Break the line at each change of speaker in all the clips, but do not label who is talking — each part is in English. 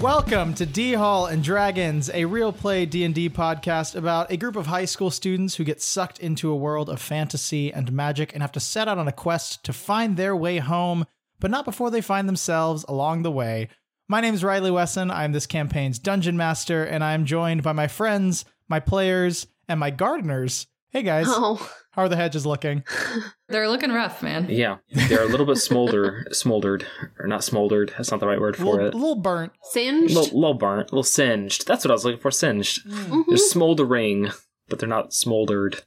Welcome to D Hall and Dragons, a real play D&D podcast about a group of high school students who get sucked into a world of fantasy and magic and have to set out on a quest to find their way home, but not before they find themselves along the way. My name is Riley Wesson. I'm this campaign's dungeon master and I'm joined by my friends, my players, and my gardeners. Hey guys,
Oh,
how are the hedges looking?
They're looking rough, man.
Yeah, they're a little bit smolder, smoldered, or not smoldered. That's not the right word
A
for
little,
it.
little burnt.
singed.
Little, little burnt, little singed. That's what I was looking for. Singed.
Mhm.
They're smoldering, but they're not smoldered.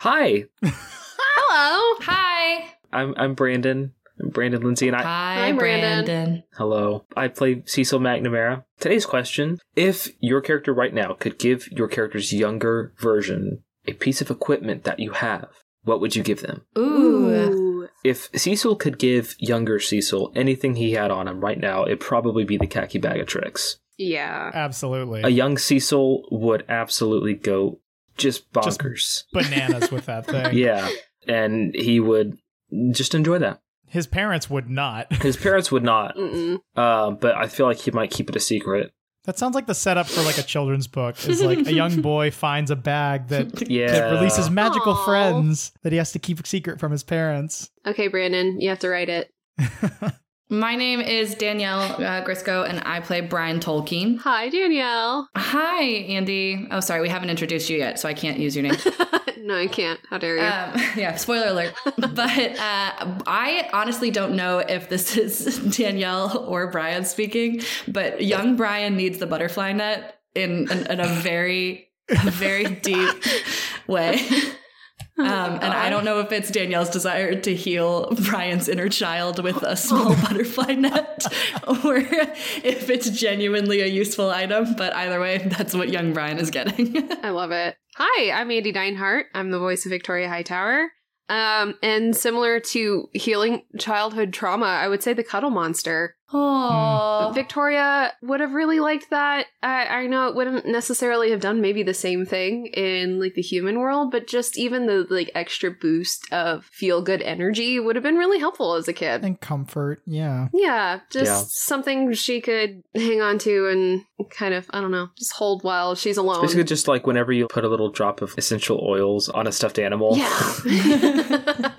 Hi,
Hello.
Hi.
I'm I'm Brandon. I'm Brandon Lindsay, and I
Hi,
Hi, Brandon.
Brandon.
hello. I play Cecil McNamara. Today's question: If your character right now could give your character's younger version a piece of equipment that you have, what would you give them?
Ooh.
If Cecil could give younger Cecil anything he had on him right now, it'd probably be the khaki bag of tricks.
Yeah.
Absolutely.
A young Cecil would absolutely go just
Just-
bonkers.
Bananas with that thing.
yeah. And he would just enjoy that.
His parents would not.
His parents would not,
Mm-mm.
uh, but I feel like he might keep it a secret.
That sounds like the setup for like a children's book. Is like a young boy finds a bag that,
Yeah.
that releases magical
Aw.
friends that he has to keep secret from his parents.
Okay, Brandon, you have to write it.
My name is Danielle uh, Grisco, and I play Brian Tolkien.
Hi, Danielle.
Hi, Andy. Oh, sorry, we haven't introduced you yet, so I can't use your name.
no, I can't. How dare you?
Um, yeah, spoiler alert. But uh, I honestly don't know if this is Danielle or Brian speaking, but young Brian needs the butterfly net in, in, in a very, a very deep way.
Oh my
Um, and I
God.
don't know if it's Danielle's desire to heal Brian's inner child with a small butterfly net or if it's genuinely a useful item, but either way, that's what young Brian is getting.
I love it. Hi, I'm Andy Deinhart. I'm the voice of Victoria Hightower. Um, and similar to healing childhood trauma, I would say the cuddle monster.
Oh,
Victoria would have really liked that. I, I know it wouldn't necessarily have done maybe the same thing in like the human world, but just even the like extra boost of feel good energy would have been really helpful as a kid.
and comfort, yeah.
yeah, just
Yeah.
something she could hang on to and kind of I don't know, just hold while she's
It's
alone.
basically just like whenever you put a little drop of essential oils on a stuffed animal.
yeah.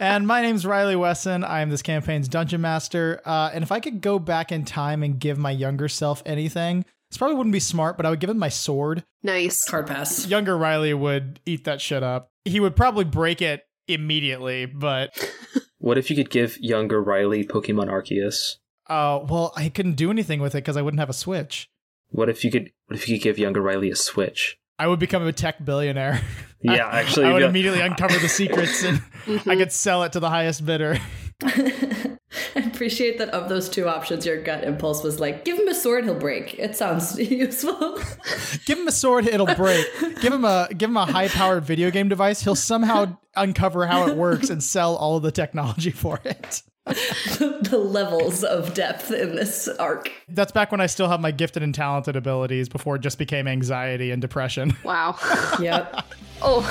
And my name's Riley Wesson. I am this campaign's dungeon master. Uh, and if I could go back in time and give my younger self anything, this probably wouldn't be smart, but I would give him my sword.
nice.
card pass.
Younger Riley would eat that shit up. He would probably break it immediately, but
What if you could give younger Riley Pokemon Arceus?
uh, well, I couldn't do anything with it because I wouldn't have a Switch.
What if you could what if you could give younger Riley a switch?
I would become a tech billionaire.
Yeah,
I-
actually
I would
yeah.
immediately uncover the secrets and
Mm-hmm.
I could sell it to the highest bidder.
I appreciate that of those two options, your gut impulse was like, give him a sword, he'll break. It sounds useful.
give him a sword, it'll break. Give him a give him a high powered video game device. He'll somehow uncover how it works and sell all of the technology for it.
the levels of depth in this arc.
That's back when I still had my gifted and talented abilities before it just became anxiety and depression.
Wow.
Yep.
oh.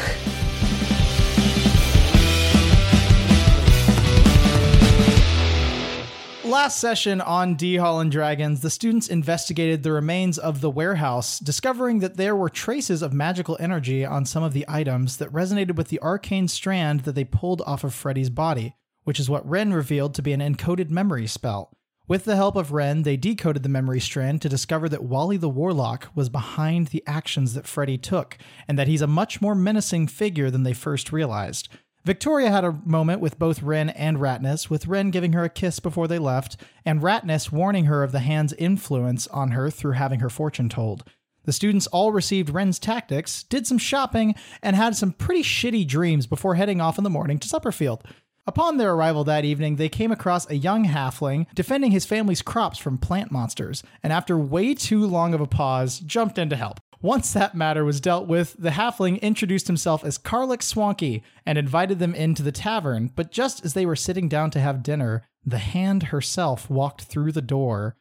Last session on D Hall and Dragons, the students investigated the remains of the warehouse, discovering that there were traces of magical energy on some of the items that resonated with the arcane strand that they pulled off of Freddy's body, which is what Ren revealed to be an encoded memory spell. With the help of Ren, they decoded the memory strand to discover that Wally the Warlock was behind the actions that Freddy took, and that he's a much more menacing figure than they first realized. Victoria had a moment with both Ren and Ratness, with Ren giving her a kiss before they left, and Ratness warning her of the hand's influence on her through having her fortune told. The students all received Ren's tactics, did some shopping, and had some pretty shitty dreams before heading off in the morning to Supperfield. Upon their arrival that evening, they came across a young halfling defending his family's crops from plant monsters, and after way too long of a pause, jumped in to help. Once that matter was dealt with, the halfling introduced himself as Karlik Swanky and invited them into the tavern, but just as they were sitting down to have dinner, the hand herself walked through the door,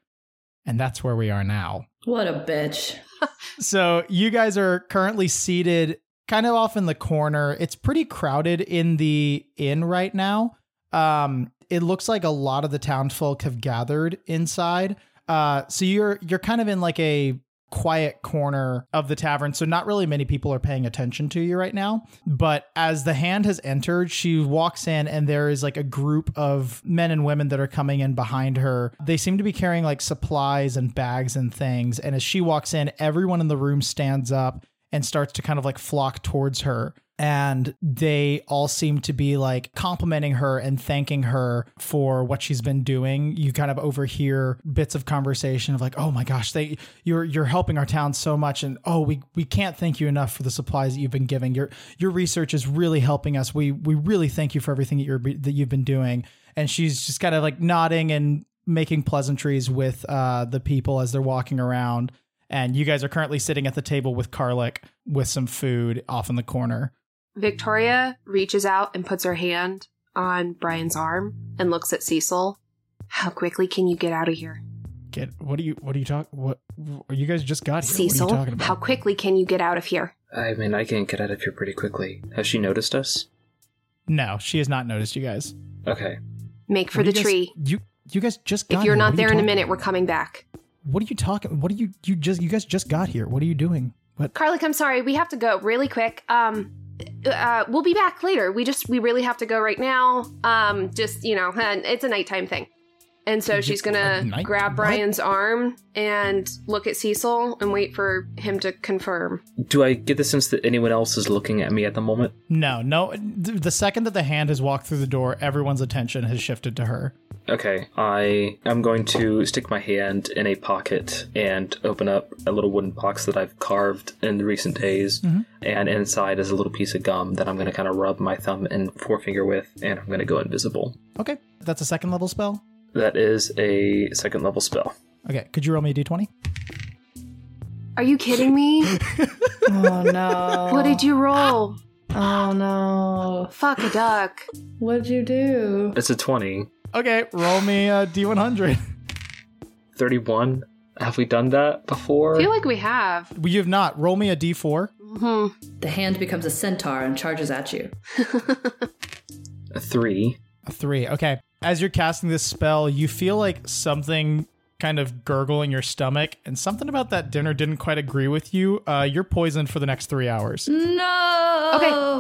and that's where we are now.
What a bitch.
So you guys are currently seated kind of off in the corner. It's pretty crowded in the inn right now. Um, it looks like a lot of the townsfolk have gathered inside. Uh, so you're you're kind of in like a quiet corner of the tavern, so not really many people are paying attention to you right now. But as the hand has entered, she walks in, and there is like a group of men and women that are coming in behind her. They seem to be carrying like supplies and bags and things. And as she walks in, everyone in the room stands up and starts to kind of like flock towards her. And they all seem to be like complimenting her and thanking her for what she's been doing. You kind of overhear bits of conversation of like, "Oh my gosh, they you're you're helping our town so much, and oh we we can't thank you enough for the supplies that you've been giving. Your your research is really helping us. We we really thank you for everything that you're be- that you've been doing." And she's just kind of like nodding and making pleasantries with uh, the people as they're walking around and you guys are currently sitting at the table with Karlik with some food off in the corner.
Victoria reaches out and puts her hand on Brian's arm and looks at Cecil. How quickly can you get out of here?
Get what do you what do you talk what you guys just got here? what are you
Cecil,
talking about?
how quickly can you get out of here?
I mean, I can get out of here pretty quickly. Has she noticed us?
no, she has not noticed you guys.
Okay.
Make for
What
the
do you guys-
tree.
You you guys just got
If you're
here.
not
What are you
there in a
talking-
minute, we're coming back.
What are you talking what are you you just you guys just got here? What are you doing? What
Carlick, I'm sorry, we have to go really quick. Um, uh, we'll be back later. We just we really have to go right now. Um, just you know, and it's a nighttime thing. And so
You-
she's
a
gonna
night-
grab
what?
Brian's arm and look at Cecil and wait for him to confirm.
Do I get the sense that anyone else is looking at me at the moment?
No, no th- the second that the hand has walked through the door, everyone's attention has shifted to her.
Okay, I am going to stick my hand in a pocket and open up a little wooden box that I've carved in the recent days.
Mm-hmm.
And inside is a little piece of gum that I'm going to kind of rub my thumb and forefinger with, and I'm going to go invisible.
Okay. That's a second level spell.
That is a second level spell.
Okay, could you roll me a d20?
Are you kidding me?
Oh no.
What did you roll?
Oh no.
Fuck a duck.
What'd you do?
It's a 20.
Okay, roll me a d100.
31. Have we done that before?
I feel like we have.
you have not. Roll me a d4.
hmm
The hand becomes a centaur and charges at you.
a 3.
A three. Okay. As you're casting this spell, you feel like something kind of gurgle in your stomach, and something about that dinner didn't quite agree with you. Uh, you're poisoned for the next three hours.
No.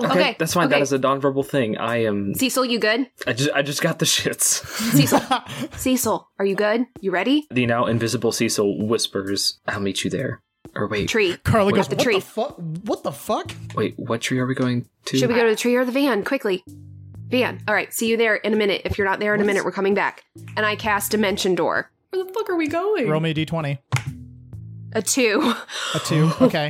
Okay. Okay.
that's fine. That
okay.
is a nonverbal thing. I am.
Oh. Cecil, you good?
I just, I just got the shits.
Cecil, Cecil, are you good? You ready?
The now invisible Cecil whispers, "I'll meet you there." Or wait,
Tree.
Carly
Wait.
goes,
At the
what
tree.
the fuck? What the fuck?
wait, what tree are we going to?
Should we go to the tree or the van? Quickly. Van. All right. See you there in a minute. If you're not there in a minute, we're coming back. And I cast Dimension Door.
Where the fuck are we going?
Roll me a d20.
A two.
A two. Okay.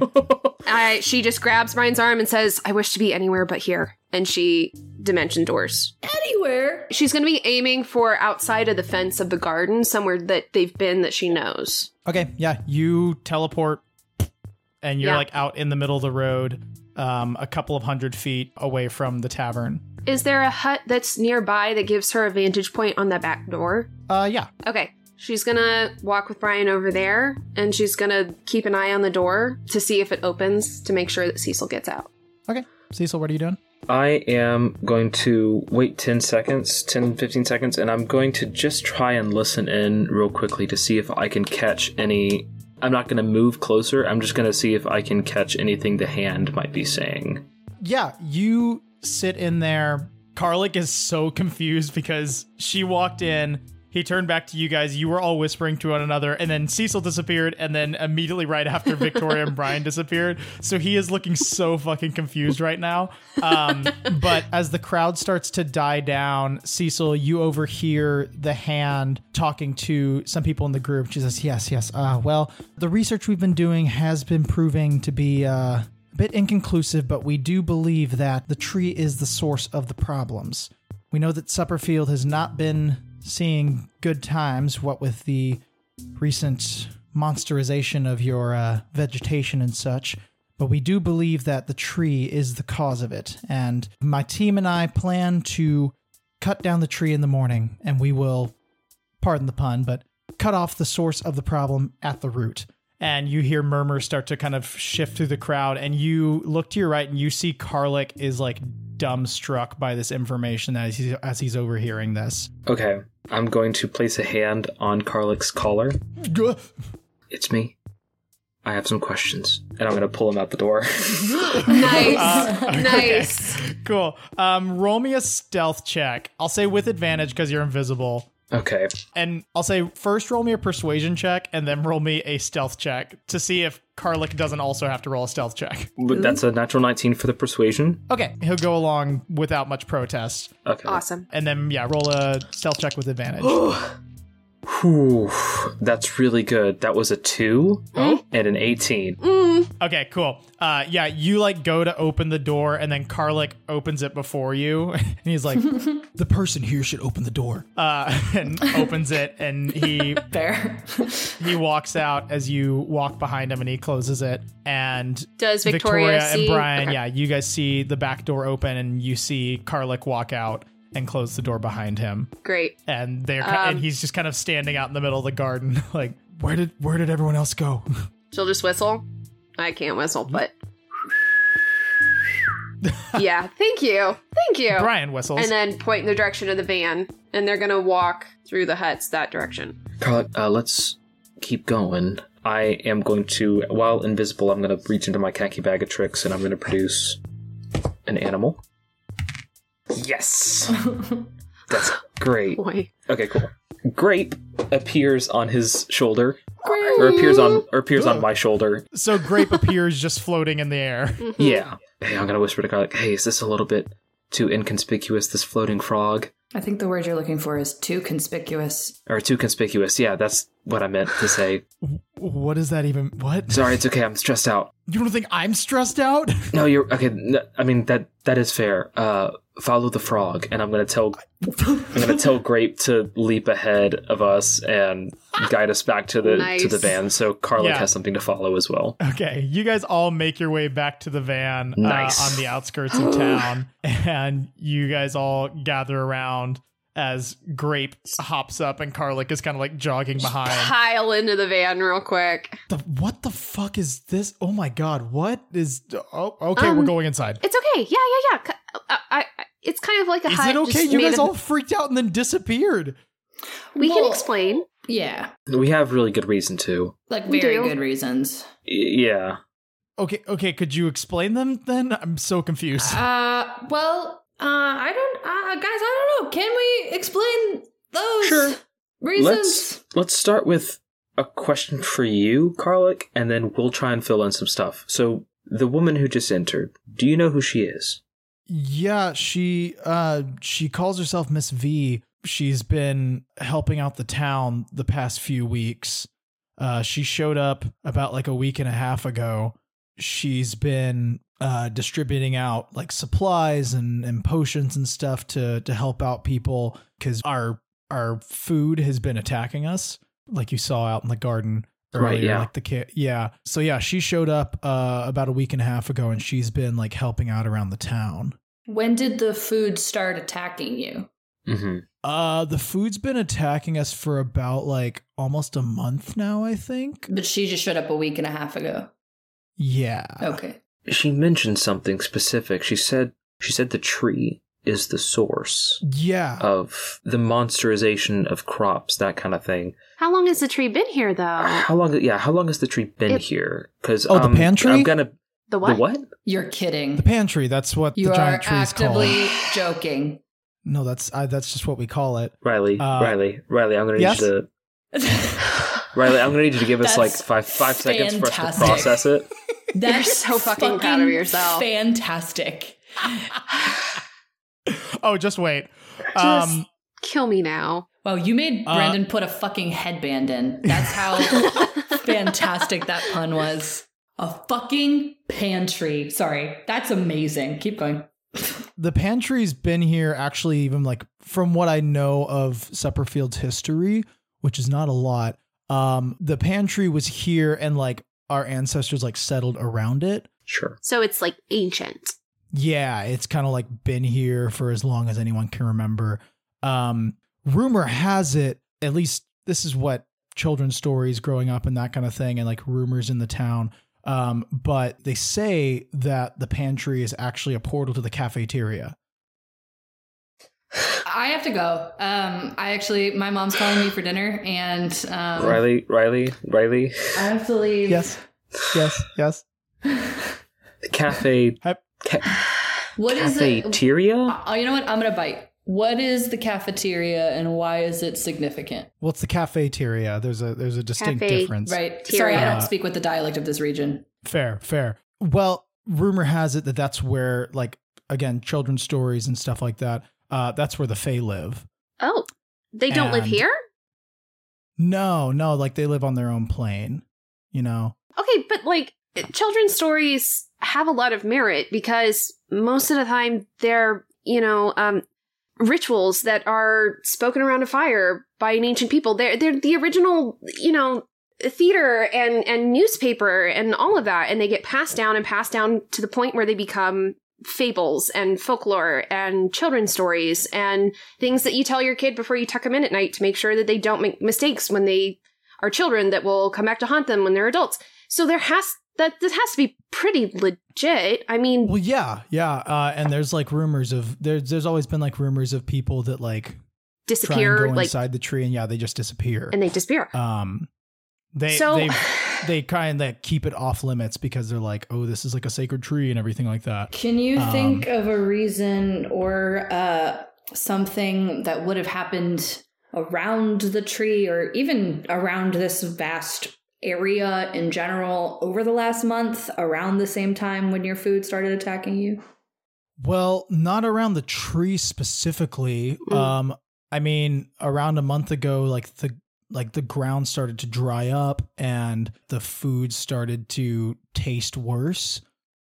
I, she just grabs Brian's arm and says, I wish to be anywhere but here. And she Dimension Doors.
Anywhere.
She's going to be aiming for outside of the fence of the garden, somewhere that they've been that she knows.
Okay. Yeah. You teleport, and you're
Yeah.
like out in the middle of the road, um, a couple of hundred feet away from the tavern.
Is there a hut that's nearby that gives her a vantage point on the back door?
Uh, yeah.
Okay. She's gonna walk with Brian over there and she's gonna keep an eye on the door to see if it opens to make sure that Cecil gets out.
Okay. Cecil, what are you doing?
I am going to wait 10 seconds, 10, 15 seconds, and I'm going to just try and listen in real quickly to see if I can catch any. I'm not going to move closer. I'm just going to see if I can catch anything the hand might be saying.
yeah, you sit in there. Karlik is so confused because she walked in. He turned back to you guys. You were all whispering to one another, and then Cecil disappeared, and then immediately right after Victoria and Brian disappeared. So he is looking so fucking confused right now. Um, but as the crowd starts to die down, Cecil, you overhear the hand talking to some people in the group. She says, "Yes, yes. Uh, well, the research we've been doing has been proving to be." Uh, a bit inconclusive, but we do believe that the tree is the source of the problems. We know that Supperfield has not been seeing good times, what with the recent monsterization of your uh, vegetation and such, but we do believe that the tree is the cause of it. And my team and I plan to cut down the tree in the morning, and we will, pardon the pun, but cut off the source of the problem at the root. and you hear murmurs start to kind of shift through the crowd and you look to your right and you see Karlik is like dumbstruck by this information as he's, as he's overhearing this.
Okay, I'm going to place a hand on Karlik's collar. It's me. I have some questions, and I'm going to pull him out the door.
Nice.
Uh,
nice.
cool. Um, roll me a stealth check. I'll say with advantage because you're invisible.
okay,
And I'll say first roll me a persuasion check and then roll me a stealth check to see if Karlik doesn't also have to roll a stealth check.
But that's a natural 19 for the persuasion.
Okay, he'll go along without much protest.
Okay.
Awesome.
And then, yeah, roll a stealth check with advantage.
Whew, that's really good. That was a 2 and an 18.
Okay, cool. Uh, yeah, you like go to open the door, and then Karlik opens it before you, and he's like, "The person here should open the door," uh, and opens it, and he
Fair.
he walks out as you walk behind him, and he closes it. And
Does Victoria,
Victoria,
see?
and Brian, yeah, you guys see the back door open, and you see Karlik walk out and close the door behind him,
Great.
and they're ki-
Um,
and he's just kind of standing out in the middle of the garden, like, "Where did where did everyone else go?"
She'll just whistle. I can't whistle, but yeah. Thank you. Thank you.
Brian whistles.
Oh. And then point in the direction of the van, and they're gonna walk through the huts that direction.
Carla, uh, let's keep going. I am going to, while invisible, I'm going to reach into my khaki bag of tricks and I'm going to produce an animal. Yes! That's great.
Boy,
Okay, cool. Grape appears on his shoulder, or appears on, or appears on my shoulder.
So grape appears just floating in the air.
Mm.
Yeah. Hey, I'm going to whisper to Carla, hey, is this a little bit too inconspicuous, this floating frog?
I think the word you're looking for is too conspicuous.
Or too conspicuous. Yeah, that's what I meant to say.
What is that even? What?
Sorry, it's okay. I'm stressed out.
You don't think I'm stressed out?
No, you're okay. n- I mean that that is fair. Uh, follow the frog, and I'm gonna tell I'm gonna tell Grape to leap ahead of us and guide us back to the to
Nice.
the van. So Carlick
Yeah.
has something to follow as well.
Okay, you guys all make your way back to the van uh,
Nice.
on the outskirts of town, and you guys all gather around as Grape hops up and Karlik is kind of like jogging behind.
pile into the van real quick.
The, what the fuck is this? Oh my god, what is? Oh, okay, we're
Um,
going inside.
It's okay. Yeah, yeah, yeah. C- I, I, I- it's kind of like a
Is
hut.
it okay?
just
You
made
guys
of-
all freaked out and then disappeared.
We can
Well,
explain.
Yeah.
We have really good reason to.
Like
We
very
do.
good reasons.
Y- Yeah,
Okay, okay, could you explain them then? I'm so confused.
Uh, well, uh, I don't, uh, guys, I don't know. Can we explain those
Sure.
reasons?
let's let's start with a question for you, Carlick, and then we'll try and fill in some stuff. So the woman who just entered, do you know who she is?
Yeah, she uh she calls herself Miss V. She's been helping out the town the past few weeks. Uh she showed up about like a week and a half ago. She's been uh distributing out like supplies and and potions and stuff to to help out people cuz our our food has been attacking us like you saw out in the garden earlier
Right, yeah.
like the kid yeah so yeah she showed up uh about a week and a half ago and she's been like helping out around the town
When did the food start attacking you?
Mm-hmm.
uh the food's been attacking us for about like almost a month now i think
But she just showed up a week and a half ago.
yeah
Okay.
she mentioned something specific. She said she said the tree is the source
yeah
Oh.
of the monsterization of crops, that kind of thing.
How long has the tree been here, though?
How long? Yeah, how long has the tree been
It-
here? Because
Oh, the pantry?
I'm gonna
The what?
the what?
You're kidding.
the pantry that's what
you
the
are
giant tree's called
actively joking.
no that's I, that's just what we call it
Riley,
Uh,
Riley, Riley. I'm gonna need
yes?
you to Riley. I'm gonna need you to give us like
That's
five five seconds for us to
fantastic.
process it.
That's
so fucking proud of yourself.
Fantastic.
oh just wait
Just-
um
Kill me now.
Wow, you made
Uh,
Brandon put a fucking headband in. That's how fantastic that pun was. A fucking pantry. Sorry, that's amazing. Keep going.
the pantry's been here actually even like from what i know of supperfield's history which is not a lot um the pantry was here and like our ancestors like settled around it
Sure.
So it's like ancient.
yeah it's kind of like been here for as long as anyone can remember um rumor has it at least this is what children's stories growing up and that kind of thing and like rumors in the town. Um, but they say that the pantry is actually a portal to the cafeteria.
I have to go. Um, I actually, my mom's calling me for dinner, and um,
Riley, Riley, Riley.
I have to leave.
Yes. Yes. Yes.
The cafe.
Hype.
Ca-
What is it?
cafeteria?
Oh, you know what? I'm gonna bite. What is the cafeteria, and why is it significant?
Well, it's the cafeteria. There's a there's a distinct
Cafe.
difference.
Right.
Tyria.
Sorry, I
Uh,
don't speak with the dialect of this region.
Fair, fair. Well, rumor has it that that's where, like, again, children's stories and stuff like that. Uh, that's where the Fae live.
Oh, they don't live
And-
here?
No, no, like they live on their own plane. You know,
Okay, but like children's stories have a lot of merit because most of the time they're, you know, um rituals that are spoken around a fire by an ancient people. They're they're the original, you know, theater and and newspaper and all of that and they get passed down and passed down to the point where they become fables and folklore and children's stories and things that you tell your kid before you tuck them in at night to make sure that they don't make mistakes when they are children that will come back to haunt them when they're adults. So there has that this has to be pretty legit. I mean,
Well, yeah, yeah, uh, and there's like rumors of there's there's always been like rumors of people that like try
disappear
and go
like
inside the tree and yeah, they just disappear.
and they disappear.
um, they
so
they they kind of keep it off limits because they're like, oh, this is like a sacred tree and everything like that.
Can you
Um,
think of a reason or uh, something that would have happened around the tree or even around this vast area in general over the last month, around the same time when your food started attacking you?
Well, not around the tree specifically.
Mm.
Um, I mean, around a month ago, like the like the ground started to dry up and the food started to taste worse.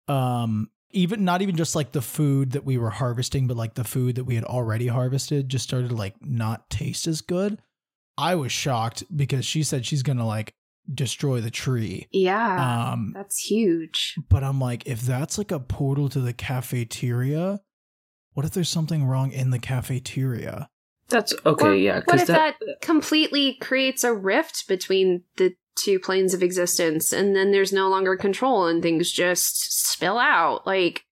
Um, even not even just like the food that we were harvesting, but like the food that we had already harvested just started to like not taste as good. I was shocked because she said she's gonna like destroy the tree.
yeah,
Um,
that's huge.
but I'm like, if that's like a portal to the cafeteria, what if there's something wrong in the cafeteria?
That's okay,
Or
yeah.
What
'cause
if that, completely creates a rift between the two planes of existence and then there's no longer control and things just spill out? Like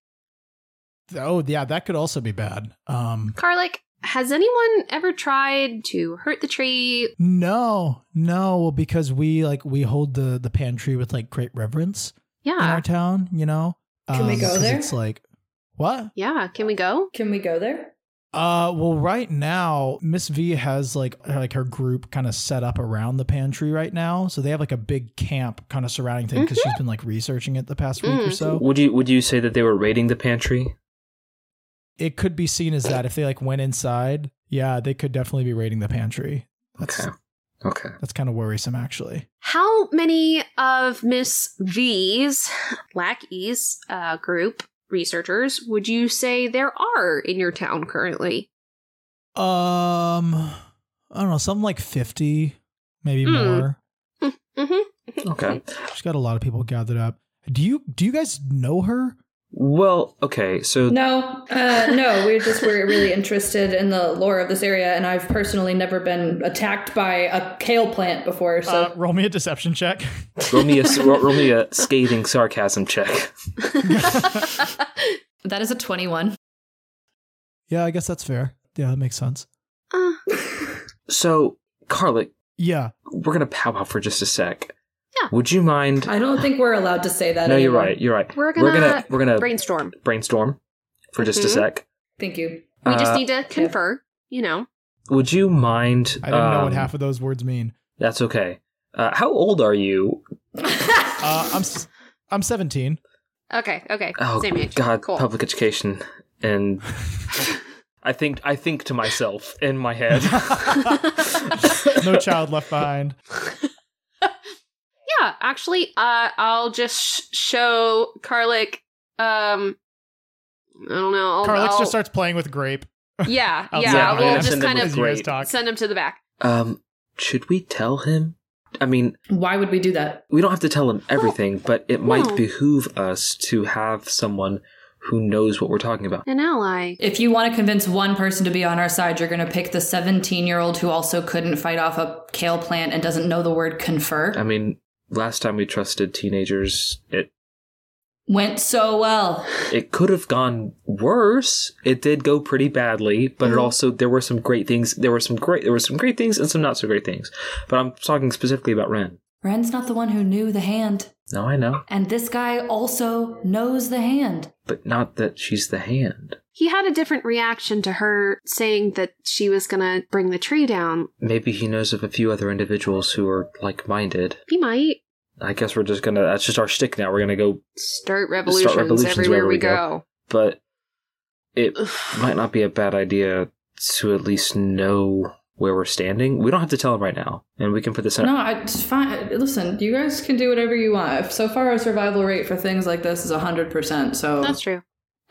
Oh yeah, that could also be bad. Um
Karlik, has anyone ever tried to hurt the tree?
no, no, well because we like we hold the the pantry with like great reverence in
Yeah.
our town, you know.
Ah.
Um,
Can we go
'cause
there?
It's like what?
Yeah, can we go?
Can we go there?
Uh well right now Miss V has like her, like her group kind of set up around the pantry right now. So they have like a big camp kind of surrounding thing because
Mm-hmm.
she's been like researching it the past week or
Mm.
so.
Would you would you say that they were raiding the pantry?
it could be seen as that if they like went inside yeah they could definitely be raiding the pantry that's
Okay. Okay.
that's kind of worrisome actually
How many of Miss V's lackeys uh, group researchers would you say there are in your town currently?
um i don't know something like 50 maybe
Hmm.
more
Mm-hmm.
Okay.
she's got a lot of people gathered up do you do you guys know her
Well, okay, so
No, uh, no, we just were really interested in the lore of this area, and I've personally never been attacked by a kale plant before,
Uh,
so.
roll me a deception check
roll me a roll, roll me a scathing sarcasm check.
that is a 21.
yeah i guess that's fair yeah that makes sense
Uh,
So, Carlick,
yeah
we're gonna pow wow for just a sec.
Yeah.
Would you mind?
I don't think we're allowed to say that.
No, you're
anymore.
right. You're right.
We're
we're gonna
gonna
we're gonna
brainstorm.
brainstorm for just a
Mhm.
sec.
Thank you.
We just
Uh,
need to confer, you know.
Would you mind?
i didn't know
um,
what half of those words mean
That's okay. Uh, how old are you?
uh i'm s- i'm 17
Okay, okay.
Oh
Same age.
God,
cool.
public education, and I think I think to myself in my head.
no child left behind
yeah, actually, uh, I'll just sh- show Karlik. Um, I don't know. I'll,
carlix
I'll-
just starts playing with grape
Oh, Yeah,
outside
yeah.
of
Yeah,
We'll
it.
just
Send them
kind
with
as
of
you guys
grape.
talk.
send him to the back.
um, should we tell him? I mean,
Why would we do that?
we don't have to tell him everything, but it might
no.
behoove us to have someone who knows what we're talking about.
An ally.
If you want to convince one person to be on our side, you're going to pick the 17 year old who also couldn't fight off a kale plant and doesn't know the word confer.
I mean, last time we trusted teenagers, it
Went so well.
it could have gone worse. It did go pretty badly, but it also there were some great things. There were some great there were some great things and some not so great things. But I'm talking specifically about Ren.
Ren's not the one who knew the hand.
No, I know,
And this guy also knows the hand.
but not that she's the hand.
He had a different reaction to her saying that she was gonna bring the tree down.
Maybe he knows of a few other individuals who are like-minded.
He might
I guess we're just gonna that's just our shtick now. We're gonna go,
start revolutions,
revolutions
everywhere
wherever
we
we go.
go.
but it
Ugh.
might not be a bad idea to at least know where we're standing. We don't have to tell him right now, and we can put this in.
No, I it's fine. Listen, you guys can do whatever you want. So far, our survival rate for things like this is 100%. So
That's true.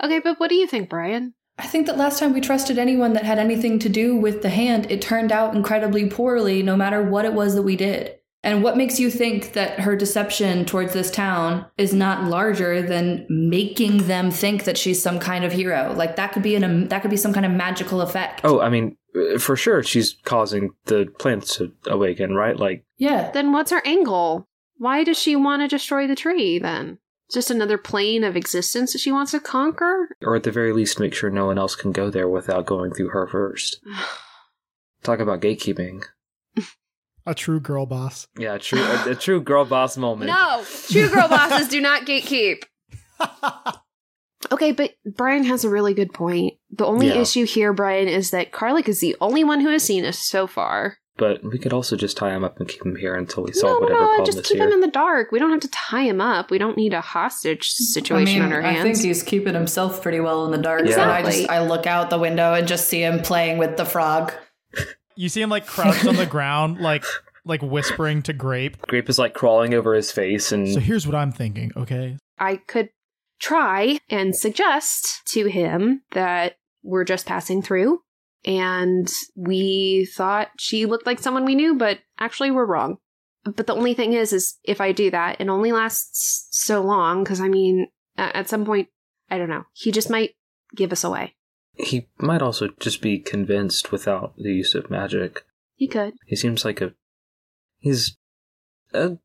Okay, but what do you think, Brian?
I think that last time we trusted anyone that had anything to do with the hand, it turned out incredibly poorly, no matter what it was that we did. And what makes you think that her deception towards this town is not larger than making them think that she's some kind of hero? Like that could be an um, that could be some kind of magical effect.
Oh, I mean, uh, for sure, she's causing the plants to awaken, right? Like,
yeah.
Then what's her angle? Why does she want to destroy the tree then? Just another plane of existence that she wants to conquer?
or at the very least, make sure no one else can go there without going through her first. Talk about gatekeeping.
A true girl boss.
Yeah, true, a, a true girl boss moment.
no! True girl bosses do not gatekeep. Okay, but Brian has a really good point. The only
Yeah.
issue here, Brian, is that Karlik is the only one who has seen us so far.
But we could also just tie him up and keep him here until we
No,
solve
no,
whatever
no,
problem
just
is
keep
here.
him in the dark. We don't have to tie him up. We don't need a hostage situation on our hands.
he's keeping himself pretty well in the dark.
Yeah.
So I
Exactly.
just I look out the window and just see him playing with the frog.
you see him like crouched on the ground, like like whispering to Grape.
Grape is like crawling over his face, and
So here's what I'm thinking, okay?
I could try and suggest to him that we're just passing through and we thought she looked like someone we knew, but actually we're wrong. But the only thing is, is if I do that, it only lasts so long because I mean, a- at some point, I don't know, he just might give us away.
he might also just be convinced without the use of magic.
He could.
He seems like a. He's. Uh,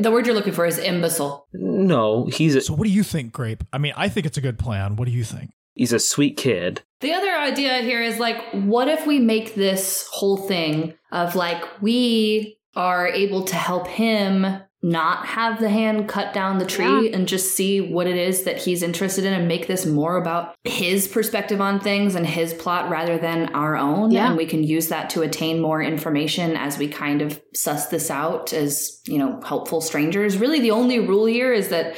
The word you're looking for is imbecile.
no, he's a,
So what do you think, Grape? I mean, I think it's a good plan. What do you think?
he's a sweet kid.
The other idea here is like, what if we make this whole thing of like, we are able to help him not have the hand cut down the tree and just see what it is that he's interested in and make this more about his perspective on things and his plot rather than our own.
Yeah.
And we can use that to attain more information as we kind of suss this out as, you know, helpful strangers. Really, the only rule here is that.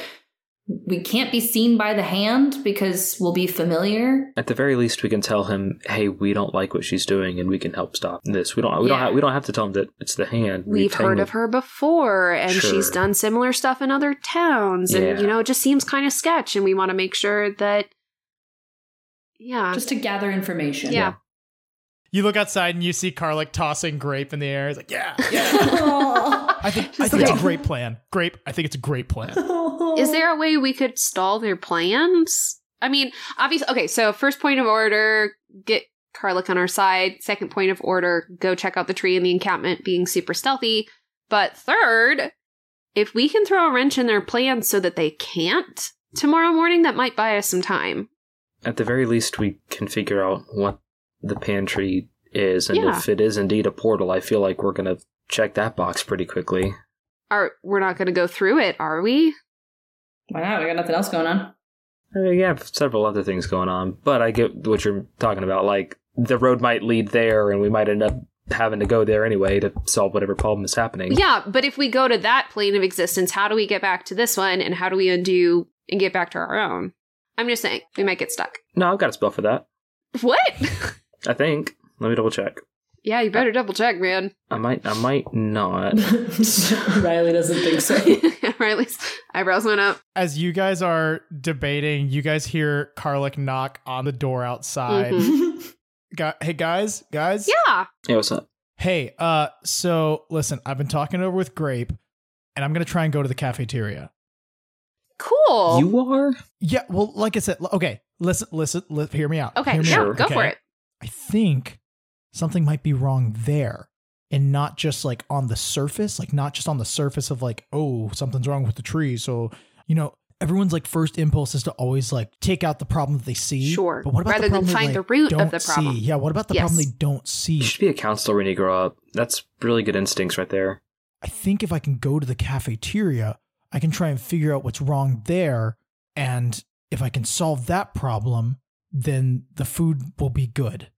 We can't be seen by the hand because we'll be familiar
At the very least, we can tell him, "Hey, we don't like what she's doing, and we can help stop this." We don't. We don't.
Yeah.
Have, we don't have to tell him that it's the hand. We
We've
tell
heard
him-
of her before, and
Sure.
she's done similar stuff in other towns,
Yeah.
and you know, it just seems kind of sketch, and we want to make sure that, yeah,
just to gather information.
Yeah.
You look outside and you see Karlik tossing Grape in the air. He's like, yeah, yeah. I think I
Just
think it's a
like-
great plan. Grape, I think it's a great plan.
Uh-huh.
Is there a way we could stall their plans? I mean, obviously, okay, so first point of order, get Karlik on our side. Second point of order, go check out the tree and the encampment being super stealthy. But third, if we can throw a wrench in their plans so that they can't tomorrow morning, that might buy us some time.
At the very least, we can figure out what the pantry is, and
Yeah.
if it is indeed a portal, I feel like we're gonna check that box pretty quickly.
Are we're not going to go through it, are we?
Why not? We got nothing else going on.
Uh, yeah, I have several other things going on, but I get what you're talking about. Like the road might lead there, and we might end up having to go there anyway to solve whatever problem is happening.
Yeah, but if we go to that plane of existence, how do we get back to this one, and how do we undo and get back to our own? I'm just saying we might get stuck.
No, I've got a spell for that.
What?
I think. Let me double check.
Yeah, you better double check, man.
I might. I might not.
Riley doesn't think
Riley's eyebrows went up.
As you guys are debating, you guys hear Karlik knock on the door outside.
Mm-hmm.
Mhm.
Gu- hey guys, guys.
Yeah.
Yeah, what's up?
Hey, uh, so listen, I've been talking it over with Grape, and I'm gonna try and go to the cafeteria.
Cool.
You are?
Yeah, well, like I said, l- okay, listen, listen, li- hear me out.
okay,
hear
no,
me
yeah,
out,
go
okay?
for it.
I think something might be wrong there and not just like on the surface, like not just on the surface of like, oh, something's wrong with the tree. So, you know, everyone's like first impulse is to always like take out the problem that they see.
Sure.
But what about
Rather
the
than
problem they,
find
like,
the root of
don't
the problem.
See? Yeah, what about the
Yes.
problem they don't see?
You should be a counselor when you grow up. That's really good instincts right there.
I think if I can go to the cafeteria, I can try and figure out what's wrong there. And if I can solve that problem, then the food will be good.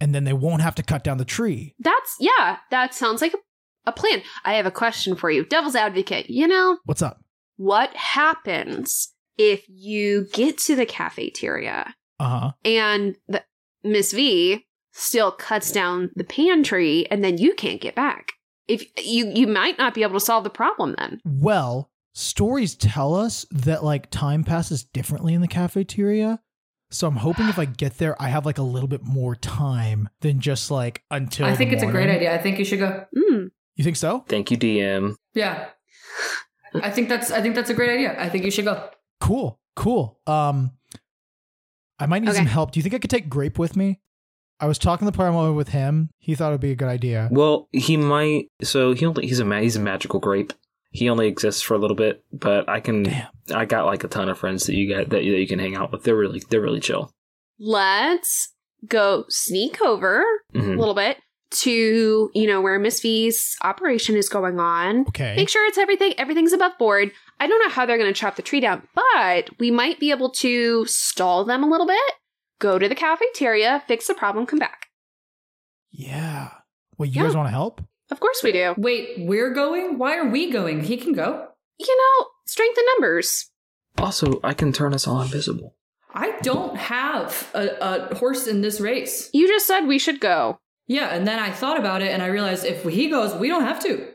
And then they won't have to cut down the tree.
That's yeah. That sounds like a, a plan. I have a question for you, Devil's Advocate. You know
What's up?
what happens if you get to the cafeteria
Uh huh.
and the, Miss V still cuts down the pantry, and then you can't get back? If you you might not be able to solve the problem then.
Well, stories tell us that like time passes differently in the cafeteria. So I'm hoping if I get there, I have like a little bit more time than just like until.
I
the
think it's a great
morning.
idea. I think you should go.
Hmm.
You think so?
Thank you, DM.
Yeah. I think that's I think that's a great idea. I think you should go.
Cool, cool. Um, I might need
Okay.
some help. Do you think I could take Grape with me? I was talking the prior moment with him. He thought it'd be a good idea.
Well, he might. So he only he's a ma- he's a magical grape. He only exists for a little bit, but I can.
Damn.
I got like a ton of friends that you got that, you- that you can hang out with. They're really they're really chill.
Let's go sneak over a
Mhm.
little bit to you know where Miss V's operation is going on.
Okay.
Make sure it's everything everything's above board. I don't know how they're going to chop the tree down, but we might be able to stall them a little bit. Go to the cafeteria, fix the problem, come back.
Yeah. Wait, you
Yeah.
guys want to help?
Of course we do.
Wait, we're going? Why are we going? He can go.
You know, strength in numbers.
Also, I can turn us all invisible.
I don't have a, a horse in this race.
You just said we should go.
Yeah, and then I thought about it and I realized if he goes, we don't have to.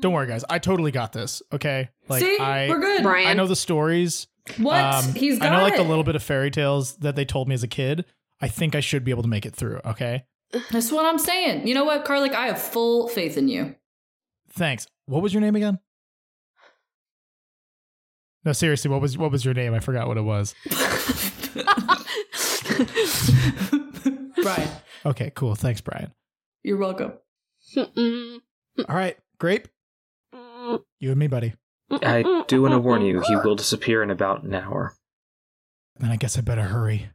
Don't worry, guys. I totally got this. Okay. Like
See,
I,
we're good.
Brian.
I know the stories.
What?
Um,
He's
I
got
know like
it.
the little bit of fairy tales that they told me as a kid. I think I should be able to make it through. Okay.
That's what I'm saying. You know what, Carlick? I have full faith in you.
Thanks. What was your name again? No, seriously, what was what was your name? I forgot what it was.
Brian,
Okay, cool. Thanks, Brian.
you're welcome.
Mm-mm,
Hmm.
All right, Grape,
mm,
you and me, buddy.
I do want to warn you, he will disappear in about an hour.
Then I guess I better hurry.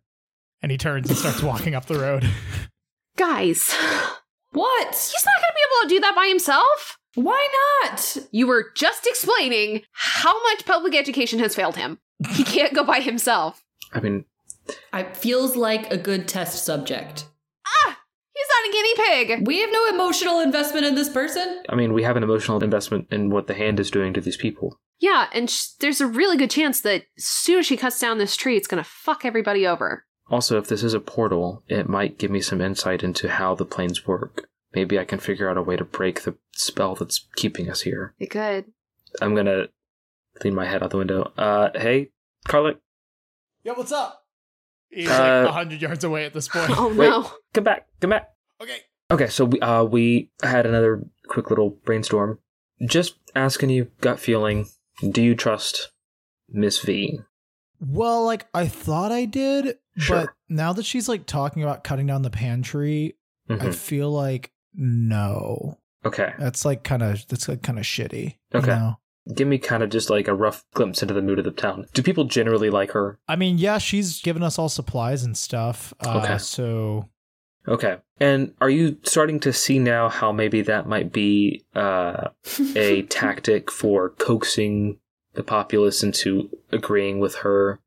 And he turns and starts walking up the road.
Guys, he's not
What?
going to be able to do that by himself.
Why not?
You were just explaining how much public education has failed him. He can't go by himself.
I mean,
It feels like a good test subject.
He's not a guinea pig.
We have no emotional investment in this person.
I mean, we have an emotional investment in what the hand is doing to these people.
Yeah, and sh- there's a really good chance that as soon as she cuts down this tree, it's going to fuck everybody over.
Also, if this is a portal, it might give me some insight into how the planes work. Maybe I can figure out a way to break the spell that's keeping us here.
It could.
I'm gonna lean my head out the window. Uh, hey, Carlick,
Yo, what's up? He's
Uh,
like like hundred yards away at this point.
Oh
Wait.
no.
come back, come back.
Okay.
Okay, so we uh we had another quick little brainstorm. Just asking you, gut feeling, do you trust Miss V?
Well, like I thought I did, but
Sure.
now that she's like talking about cutting down the pantry, I
Mhm.
feel like no.
Okay,
That's like kind of that's like kind of shitty. you
Okay.
know?
give me kind of just like a rough glimpse into the mood of the town. Do people generally like her?
I mean, yeah, she's given us all supplies and stuff. Uh,
Okay.
So
Okay. And are you starting to see now how maybe that might be uh, a tactic for coaxing the populace into agreeing with her?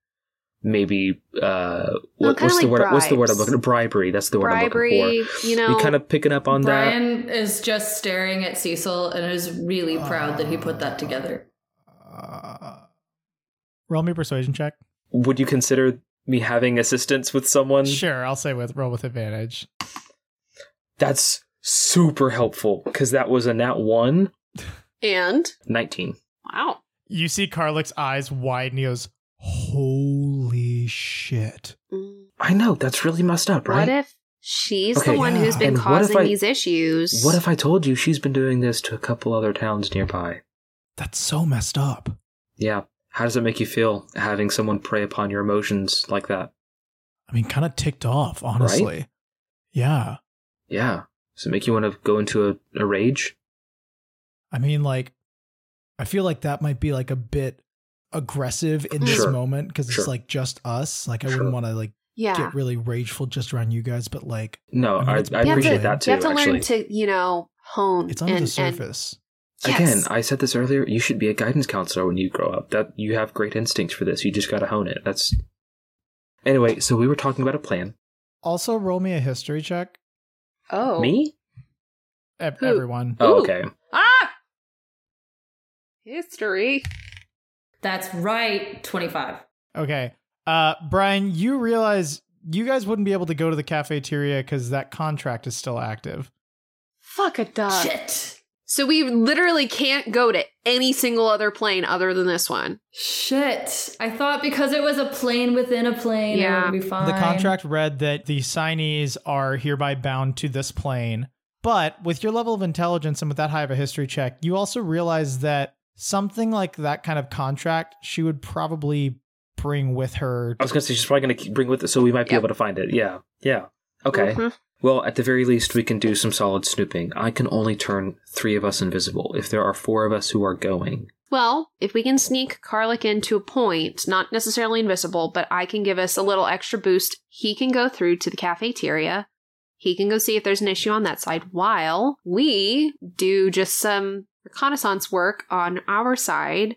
Maybe uh,
No,
what-
kinda
what's the
like
word? What's the word I'm
bribes.
looking? Bribery. That's the word I'm
Bribery,
looking
you
for.
know.
You kind of picking up on that?
Brian is just staring at Cecil and is really proud that he put that together.
uh, roll me a persuasion check.
Would you consider me having assistance with someone?
Sure, I'll say with roll with advantage.
That's super helpful because that was a nat one
and
19.
wow.
You see Carlick's eyes widen. He goes, "Holy shit!"
Mm.
I know that's really messed up, right?
What if she's the
Okay,
one who's
yeah.
been
And what if
causing
I-
these issues?
What if I told you she's been doing this to a couple other towns nearby?
That's so messed up.
Yeah. How does it make you feel having someone prey upon your emotions like that?
I mean, kind of ticked off, honestly. Yeah.
Yeah. Does it make you want to go into a, a rage?
I mean, like, I feel like that might be like a bit aggressive in this
Sure.
moment because
Sure.
it's like just us. Like, I
Sure.
wouldn't want to like
Yeah.
get really rageful just around you guys, but like,
No,
I mean,
I,
it's-
I
You have
appreciate
to-
that too.
you have to
actually,
learn to, you know, hone.
it's under
and,
the surface.
And,
again, I said this earlier. You should be a guidance counselor when you grow up. That you have great instincts for this. You just got to hone it. That's anyway. So we were talking about a plan.
Also, roll me a history check.
oh.
Me?
E-
Who?
Everyone.
Oh,
Ooh.
okay.
Ah! History.
That's right, 25.
Okay. Uh, Brian, you realize you guys wouldn't be able to go to the cafeteria because that contract is still active.
Fuck a
Uh,
dog.
Shit.
So we literally can't go to any single other plane other than this one.
Shit. I thought because it was a plane within a plane,
Yeah.
it would be fine.
The contract read that the signees are hereby bound to this plane. But with your level of intelligence and with that high of a history check, you also realize that something like that kind of contract she would probably bring with her.
I was gonna say she's probably gonna bring with it, so we might be
Yep.
able to find it. Yeah. Yeah. Okay.
Mhm.
Well, at the very least, we can do some solid snooping. I can only turn three of us invisible. If there are four of us who are going,
Well, if we can sneak Karlik in to a point, not necessarily invisible, but I can give us a little extra boost. He can go through to the cafeteria. He can go see if there's an issue on that side while we do just some reconnaissance work on our side.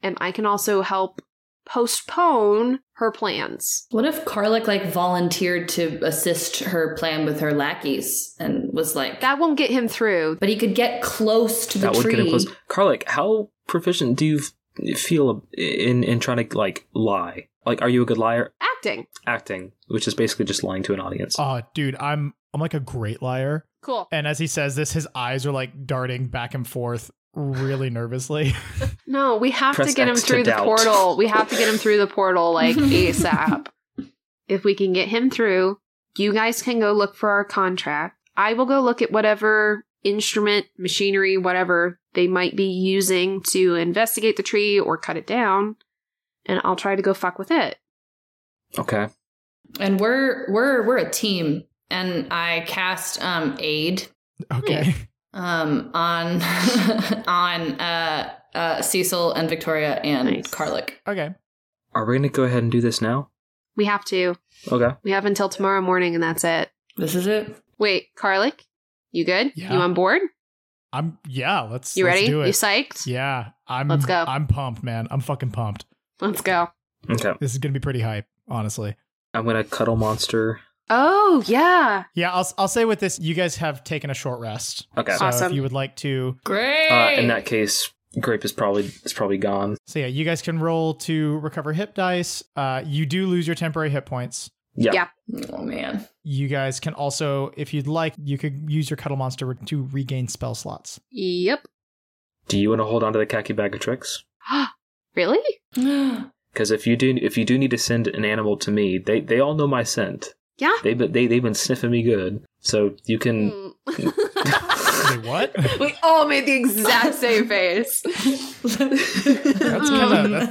And I can also help postpone her plans.
What if Karlik like volunteered to assist her plan with her lackeys and was like
That won't get him through.
But he could get close to the
that would
tree.
get him close. Karlik, how proficient do you f- feel in in trying to like lie? Like, are you a good liar?
Acting.
Acting, which is basically just lying to an audience.
Oh, dude, I'm I'm like a great liar.
Cool.
And as he says this, his eyes are like darting back and forth really nervously.
No, we have
Press
to get him
X to
through the
doubt.
portal. We have to get him through the portal like ASAP. if we can get him through, you guys can go look for our contract. I will go look at whatever instrument, machinery, whatever they might be using to investigate the tree or cut it down, and I'll try to go fuck with it.
Okay.
and we're we're we're a team. And I cast um aid
okay.
um on on uh uh Cecil and Victoria and
Nice.
Karlik.
Okay.
Are we gonna go ahead and do this now?
We have to.
Okay.
We have until tomorrow morning, and that's it.
This is it.
Wait, Karlik, you good?
Yeah.
You on board?
I'm yeah, let's
You
let's
ready?
do
You
it.
psyched?
yeah. I'm
Let's go.
I'm pumped, man. I'm fucking pumped.
Let's go.
Okay.
This is gonna be pretty hype, honestly.
I'm gonna cuddle monster.
Oh, yeah.
Yeah, I'll I'll say with this, you guys have taken a short rest.
Okay.
So
Awesome.
if you would like to,
Great.
Uh, in that case, grape is probably is probably gone.
so yeah, you guys can roll to recover hip dice. Uh, you do lose your temporary hit points.
Yeah.
Yeah.
oh man.
You guys can also, if you'd like, you could use your cuddle monster to regain spell slots.
Yep.
Do you want to hold on to the khaki bag of tricks?
really?
Because if you do, if you do need to send an animal to me, they they all know my scent.
Yeah.
They but they they've been sniffing me good. So you can.
Say what?
Hmm. we all made the exact same face.
That's kind
Mm.
of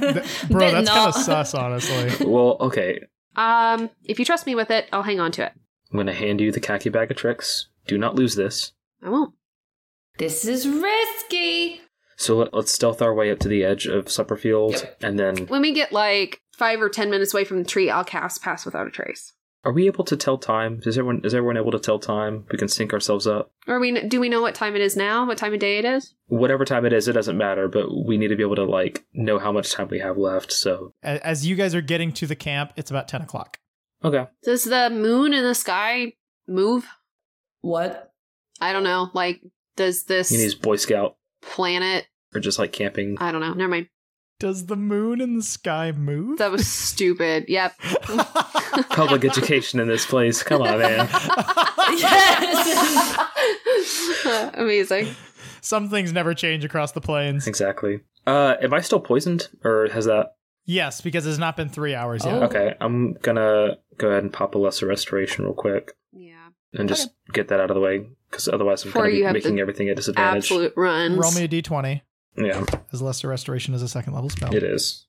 that, bro.
Bitten
That's kind of
off.
sus, honestly.
Hmm.
well, okay.
Um, if you trust me with it, I'll hang on to it.
I'm gonna hand you the khaki bag of tricks. Do not lose this.
I won't.
This is risky.
So let, let's stealth our way up to the edge of Supperfield,
Yep.
and then
When we get like five or ten minutes away from the tree, I'll cast Pass Without a Trace.
are we able to tell time? Is everyone is everyone able to tell time? We can sync ourselves up.
Or we do we know what time it is now? What time of day it is?
Whatever time it is, it doesn't matter. But we need to be able to like know how much time we have left. So
A- As you guys are getting to the camp, it's about ten o'clock.
okay,
Does the moon in the sky move?
What?
I don't know. Like, does this
you need his Boy Scout
planet?
or just like camping.
I don't know. Never mind.
Does the moon in the sky move?
That was stupid. Yep.
Public education in this place. Come on, man.
Yes.
Amazing.
Some things never change across the plains.
Exactly. Uh, am I still poisoned, or has that?
Yes, because it's not been three hours
Oh.
yet.
Okay, I'm gonna go ahead and pop a lesser restoration real quick
Yeah.
and just get that out of the way because otherwise I'm
Before
gonna
you
be
have
making
the
everything at disadvantage.
Absolute runs.
Roll me a d20,
Yeah,
as Lesser Restoration is a second level spell.
it is.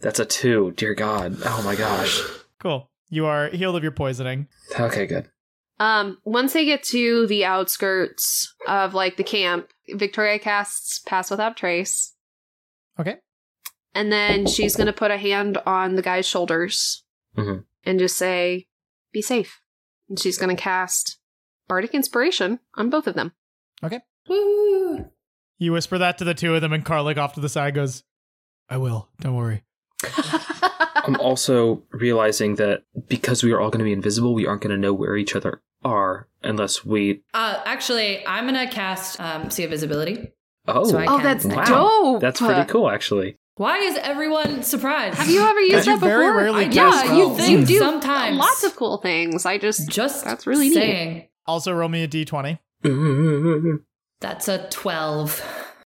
That's a two. Dear God. Oh my gosh.
Cool. You are healed of your poisoning.
Okay, good.
Um, once they get to the outskirts of like the camp, Victoria casts Pass Without Trace.
Okay.
And then she's gonna put a hand on the guy's shoulders
Mhm.
and just say, "Be safe." And she's gonna cast Bardic Inspiration on both of them.
Woo!
You whisper that to the two of them, and Karlik off to the side goes, I will. Don't worry.
I'm also realizing that because we are all going to be invisible, we aren't going to know where each other are unless we.
Uh, actually, I'm gonna cast um, Sea of Visibility.
Oh,
So I-
oh, that's
Wow.
dope.
that's pretty cool, actually.
Why is everyone surprised?
Have you ever used
you
that
very
before?
rarely
I-
do
yeah,
spells.
you think
You
do
do sometimes.
lots of cool things. I just
just
That's really neat.
saying
Also, roll me a d20.
And
that's a twelve.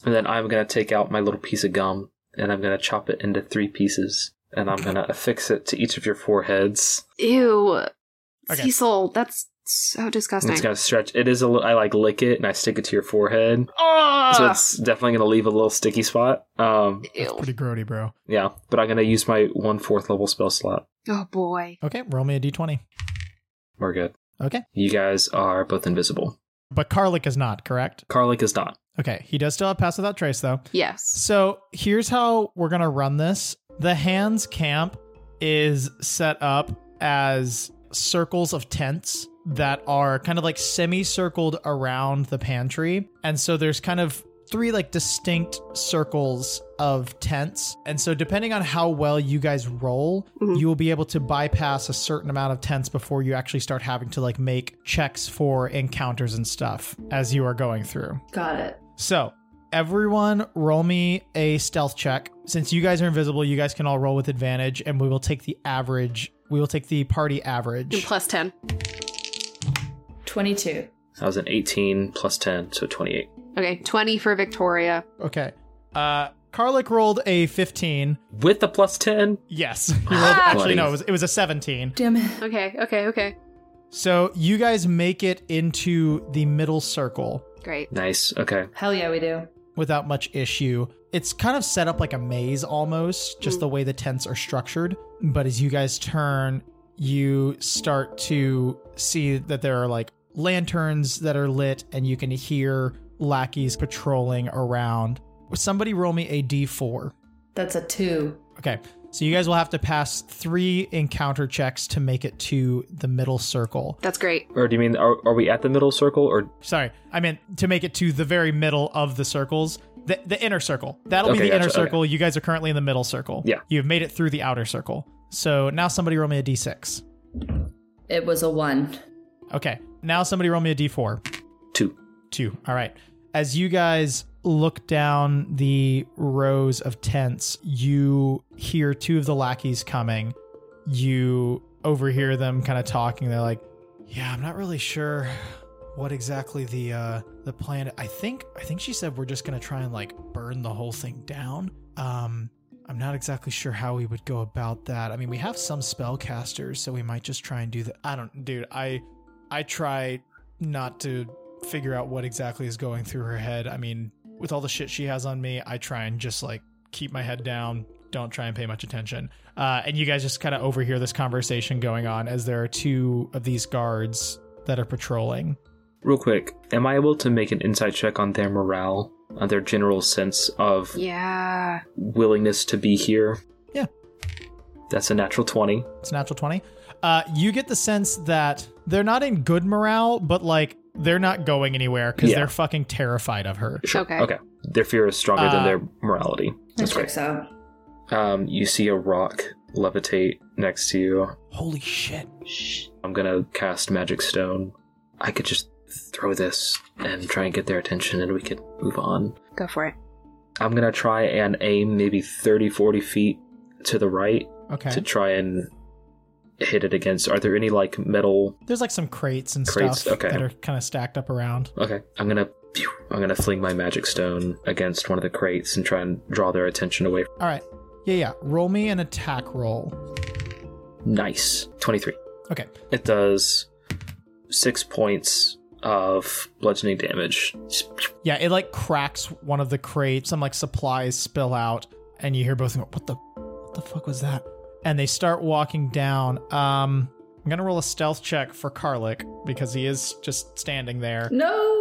then I'm going to take out my little piece of gum and I'm going to chop it into three pieces and I'm going to affix it to each of your foreheads.
ew,
Okay.
Cecil. That's so
And
disgusting.
It's going to stretch. It is a little. I like lick it and I stick it to your forehead. So
Ugh.
it's definitely going to leave a little sticky spot. Um,
Ew.
Pretty grody, bro.
yeah, but I'm going to use my one fourth level spell slot.
Oh boy.
Okay, roll me a d20.
We're good.
Okay.
You guys are both invisible.
But Karlik is not, correct?
Karlik is not.
Okay, he does still have Pass Without Trace, though.
Yes.
So here's how we're gonna run this. The hands camp is set up as circles of tents that are kind of like semicircled around the pantry. And so there's kind of three like distinct circles of tents. And so depending on how well you guys roll,
Mhm.
you will be able to bypass a certain amount of tents before you actually start having to like make checks for encounters and stuff as you are going through.
Got it.
So, everyone, roll me a stealth check. Since you guys are invisible, you guys can all roll with advantage, and we will take the average. We will take the party
And
average.
plus ten.
Twenty-two.
That was an 18 plus 10, so 28.
Okay, twenty for Victoria.
Okay. Uh, Karlik rolled a 15.
With the plus 10?
Yes. He rolled,
Ah!
actually, no,
Bloody.
it was, it was a 17.
Damn it.
Okay, okay, okay.
So, you guys make it into the middle circle
Great.
Nice. Okay.
Hell yeah, we do.
without much issue. It's kind of set up like a maze almost, just
Mm.
the way the tents are structured. But as you guys turn, you start to see that there are like lanterns that are lit, and you can hear lackeys patrolling around. Somebody roll me a d4.
That's a two.
Okay. So you guys will have to pass three encounter checks to make it to the middle circle.
That's great.
Or do you mean, are, are we at the middle circle? Or
Sorry, I meant to make it to the very middle of the circles, the, the inner circle. That'll be
Okay,
the inner
gotcha, okay.
circle. You guys are currently in the middle circle.
Yeah.
You've made it through the outer circle. So now somebody roll me a d6.
It was a one.
Okay. Now somebody roll me a d4.
two?
Two. All right. As you guys look down the rows of tents, you hear two of the lackeys coming. You overhear them kind of talking. They're like, "Yeah, I'm not really sure what exactly the uh, the plan. I think I think she said we're just gonna try and like burn the whole thing down. Um, I'm not exactly sure how we would go about that. I mean, we have some spellcasters, so we might just try and do that. I don't, dude. I I try not to figure out what exactly is going through her head. I mean, with all the shit she has on me, I try and just like keep my head down, don't try and pay much attention. Uh, and you guys just kind of overhear this conversation going on as there are two of these guards that are patrolling.
Real quick, am I able to make an insight check on their morale, on their general sense of
Yeah.
willingness to be here?
Yeah.
That's a natural 20.
It's a natural 20. Uh, you get the sense that they're not in good morale, but like they're not going anywhere because
Yeah.
they're fucking terrified of her.
Sure.
Okay.
Okay. Their fear is stronger
Uh,
than their morality. That's
That
right.
checks out.
Um, you see a rock levitate next to you.
Holy shit.
I'm gonna cast Magic Stone. I could just throw this and try and get their attention and we could move on.
Go for it.
I'm gonna try and aim maybe 30, 40 feet to the right
Okay.
to try and hit it against. Are there any like metal?
There's like some crates and
Crates,
stuff
okay.
that are kind of stacked up around.
Okay, I'm gonna. phew, I'm gonna fling my magic stone against one of the crates and try and draw their attention away.
All right. Yeah, yeah. Roll me an attack roll.
Nice, twenty-three.
Okay.
It does six points of bludgeoning damage.
Yeah, it like cracks one of the crates. Some like supplies spill out, and you hear both of them go, "What the, what the fuck was that? And they start walking down. Um, I'm gonna roll a stealth check for Karlik because he is just standing there.
No.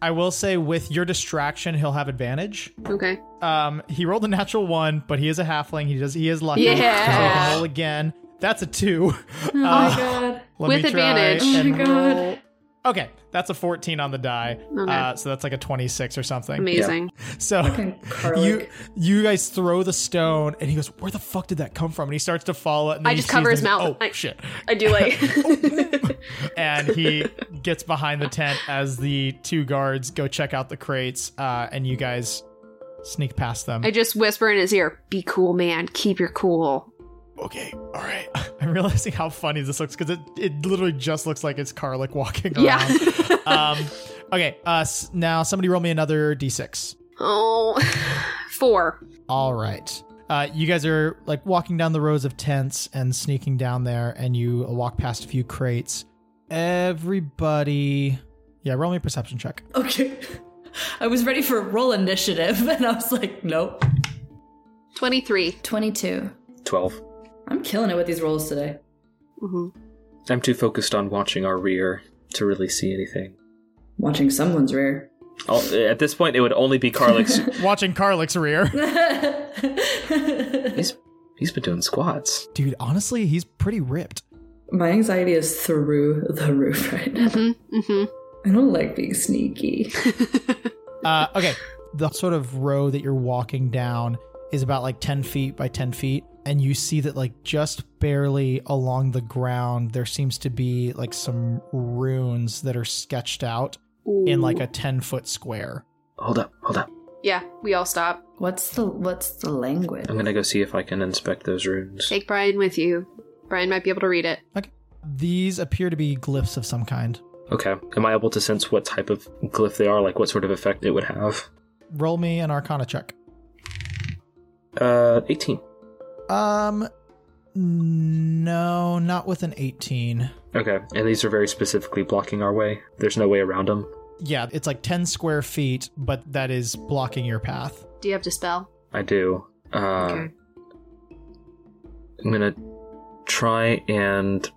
I will say with your distraction, he'll have advantage.
Okay.
Um, he rolled a natural one, but he is a halfling. He does. He is lucky.
Yeah.
So he can roll again. That's a two.
Oh
Uh,
my god.
let
With
me try
advantage.
Oh my
and
god.
roll- Okay, that's a 14 on the die.
Okay.
Uh, so that's like a 26 or something.
Amazing.
So
Fucking Karlik.
you you guys throw the stone, and he goes, "Where the fuck did that come from?" And he starts to follow it. And
I
then he
just cover
sees
his
things-
mouth.
Oh
I-
shit!
I do like.
And he gets behind the tent as the two guards go check out the crates, uh, and you guys sneak past them.
I just whisper in his ear, "Be cool, man. Keep your cool."
okay, all right. I'm realizing how funny this looks because it it literally just looks like it's Karlik walking around.
Yeah.
um, okay, uh, s- now somebody roll me another d6.
oh, four.
All right. Uh, you guys are like walking down the rows of tents and sneaking down there, and you walk past a few crates. Everybody, yeah, roll me a perception check.
Okay. I was ready for roll initiative and I was like, nope.
Twenty-three.
22.
12.
I'm killing it with these rolls today.
hmm
I'm too focused on watching our rear to really see anything.
Watching someone's rear.
I'll, at this point, it would only be Carlix.
Watching Karlik's rear,
he's, he's been doing squats.
dude. Honestly, he's pretty ripped.
My anxiety is through the roof right now.
hmm hmm
I don't like being sneaky.
Mm-hmm.
Uh, okay, the sort of row that you're walking down is about like ten feet by ten feet, and you see that like just barely along the ground there seems to be like some runes that are sketched out in like a ten foot square.
Hold up, hold up.
Yeah, we all stop.
What's the what's the language?
I'm gonna go see if I can inspect those runes.
Take Brian with you. Brian might be able to read it.
These appear to be glyphs of some kind.
Okay. Am I able to sense what type of glyph they are? Like what sort of effect it would have?
Roll me an Arcana check.
Uh, 18.
Um, no, not with an 18.
Okay. And these are very specifically blocking our way. There's no way around them.
Yeah, it's like 10 square feet, but that is blocking your path.
Do you have dispel?
I do. Uh,
okay.
I'm gonna try and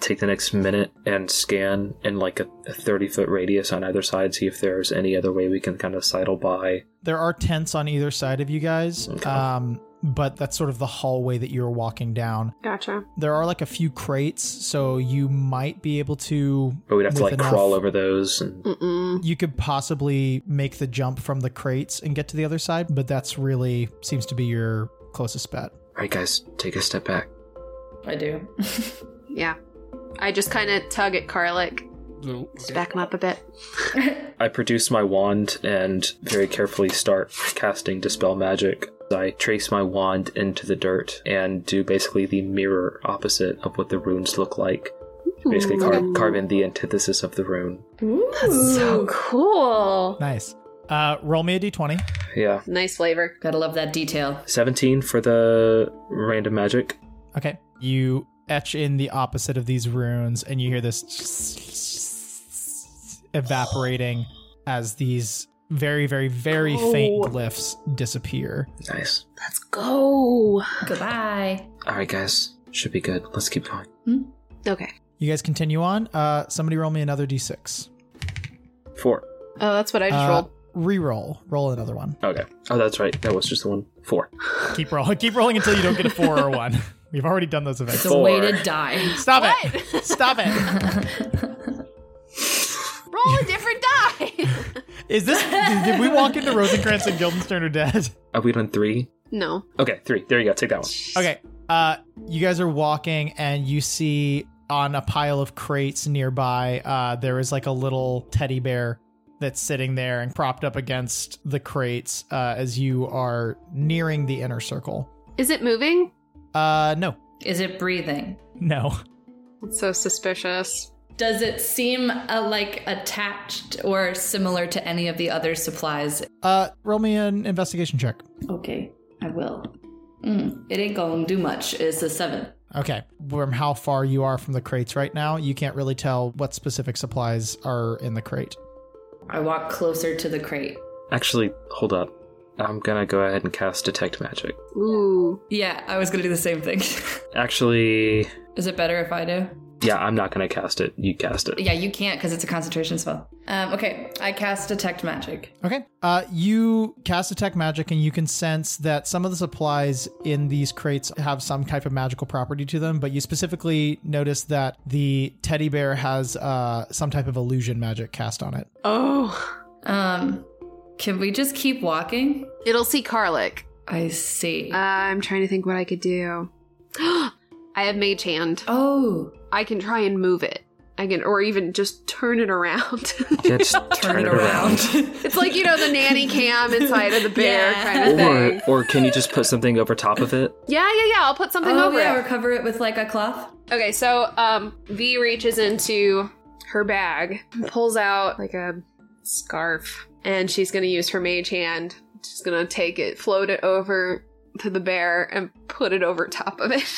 take the next minute and scan in like a, a 30 foot radius on either side, see if there's any other way we can kind of sidle by.
There are tents on either side of you guys,
Okay.
um, but that's sort of the hallway that you're walking down.
Gotcha.
There are like a few crates, so you might be able to.
But we'd have to
with
like crawl
enough-
over those. And
Mm-mm.
You could possibly make the jump from the crates and get to the other side, but that's really seems to be your closest bet.
all right, guys, take a step back.
I do.
Yeah. I just kind of tug at Karlik. Just back him up a bit.
I produce my wand and very carefully start casting Dispel Magic. I trace my wand into the dirt and do basically the mirror opposite of what the runes look like. Basically, car-
Ooh.
carve in the antithesis of the rune.
That's so cool.
Nice. Uh, roll me a d20.
Yeah.
Nice flavor.
Gotta love that detail.
17 for the random magic.
Okay. You etch in the opposite of these runes, and you hear this evaporating as these very, very, very faint
Oh.
glyphs disappear.
Nice.
Let's go.
Goodbye.
All right, guys. Should be good. Let's keep going.
Okay.
You guys continue on. Uh, somebody roll me another d6.
Four.
Oh, that's what I just
Uh,
rolled.
Reroll. Roll another one.
Okay. Oh, that's right. That was just the one. Four.
Keep rolling. Keep rolling until you don't get a four or a one. We've already done those events.
It's a way
Four.
to die.
Stop it! Stop it!
Roll a different die.
Is this? Did we walk into Rosencrantz and Guildenstern are dead?
Are we on three?
no.
Okay, three. There you go. Take that one.
Okay. Uh, you guys are walking, and you see on a pile of crates nearby, uh, there is like a little teddy bear that's sitting there and propped up against the crates uh, as you are nearing the inner circle.
Is it moving?
Uh, no,
Is it breathing?
no.
It's so suspicious.
Does it seem uh, like attached or similar to any of the other supplies?
Uh, roll me an investigation check.
Okay, I will. Mm, it ain't gonna do much. It's a seven.
Okay. From how far you are from the crates right now, you can't really tell what specific supplies are in the crate.
I walk closer to the crate.
Actually, hold up. I'm gonna go ahead and cast Detect Magic.
Ooh.
Yeah, I was gonna do the same thing.
Actually,
Is it better if I do?
yeah, I'm not gonna cast it. You cast it.
Yeah, you can't because it's a concentration spell. Um, okay, I cast Detect Magic.
Okay. Uh, you cast Detect Magic, and you can sense that some of the supplies in these crates have some type of magical property to them, but you specifically notice that the teddy bear has uh, some type of illusion magic cast on it.
Oh.
Um, can we just keep walking?
It'll see Karlik.
I see.
I'm trying to think what I could do. I have Mage Hand.
oh,
I can try and move it. I can, or even just turn it around.
Yeah, just
turn, it around.
it's like you know the nanny cam inside of the bear
Yeah.
kind of thing.
Or, or can you just put something over top of it?
Yeah, yeah, yeah. I'll put something
oh,
over
yeah,
it.
or cover it with like a cloth.
Okay, so um, V reaches into her bag, pulls out like a scarf, and she's gonna use her mage hand. She's gonna take it, float it over to the bear, and put it over top of it.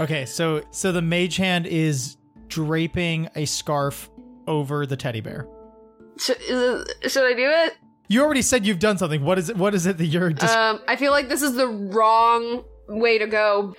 Okay, so so the mage hand is draping a scarf over the teddy bear.
should, is it- should I do it?
You already said you've done something. What is it? What is it that you're? Dis-
Um, I feel like this is the wrong way to go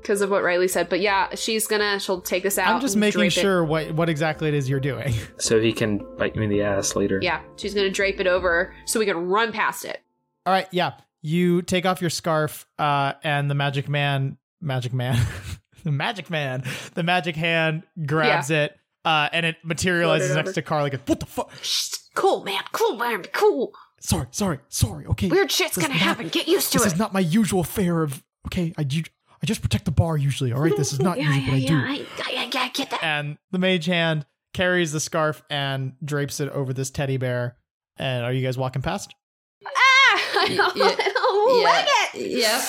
because of what Riley said. But yeah, she's gonna she'll take this out.
I'm just
and
making
drape it-
sure what what exactly it is you're doing.
So he can bite me in the ass later.
Yeah, she's gonna drape it over so we can run past it.
All right, yeah. You take off your scarf, uh, and the magic man, magic man, the magic man, the magic hand grabs it, uh, and it materializes
Float it
next
over.
to Carly. Goes, what the fuck?
Shh, cool, man. Cool, man. Cool.
Sorry, sorry, sorry. Okay,
Weird shit's
This
gonna
is not-
happen. Get used to
this
it.
is not my usual fare of. Okay, I do. I just protect the bar usually. All right, this is not
yeah,
usually
yeah,
what I do.
yeah, I, I, I- I get that.
and the mage hand carries the scarf and drapes it over this teddy bear. And are you guys walking past?
Ah! I don't,
yeah,
I don't like it.
Yep.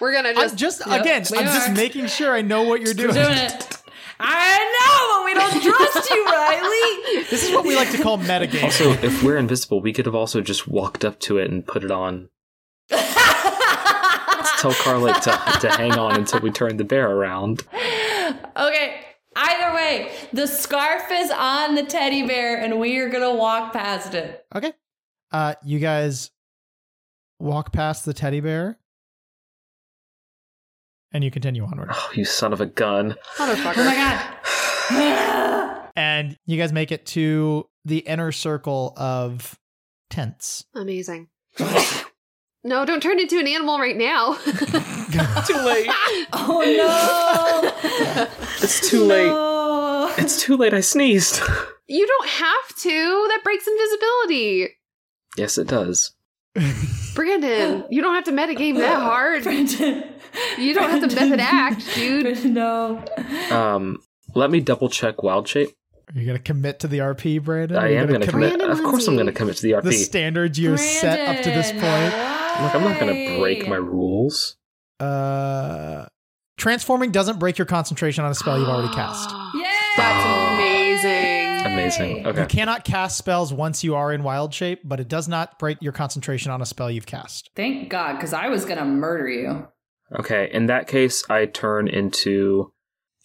We're gonna
I'm
just.
just
Yep,
again,
we
I'm just
are.
making sure I know what you're
We're
doing.
doing it. I know, but we don't trust you, Riley.
This is what we like to call metagame.
Also, if we're invisible, we could have also just walked up to it and put it on. Tell Carly to, to hang on until we turn the bear around.
Okay. Either way, the scarf is on the teddy bear, and we are gonna walk past it.
Okay. Uh, you guys walk past the teddy bear, and you continue onward.
Oh, you son of a gun.
Motherfucker.
Oh my god.
And you guys make it to the inner circle of tents.
Amazing. no, don't turn into an animal right now.
Too late.
oh no.
It's too late.
No.
It's too late. I sneezed.
you don't have to. That breaks invisibility.
yes, it does.
Brandon, you don't have to metagame that hard.
Brendan.
You don't have to
Brendan.
method act, dude.
Brendan, No.
Um, let me double check wild shape.
Are you gonna commit to the RP, Brandon? Are
I
you
am going to commit.
Brandon
Of course, I'm
Lindsay.
going to commit to the
the
RP.
standards you set up to this point.
Look, I'm not going to break my rules.
Uh, transforming doesn't break your concentration on a spell you've already cast.
Yeah.
That's amazing.
Amazing. Okay.
You cannot cast spells once you are in wild shape, but it does not break your concentration on a spell you've cast.
Thank God, because I was gonna murder you.
Okay, in that case, I turn into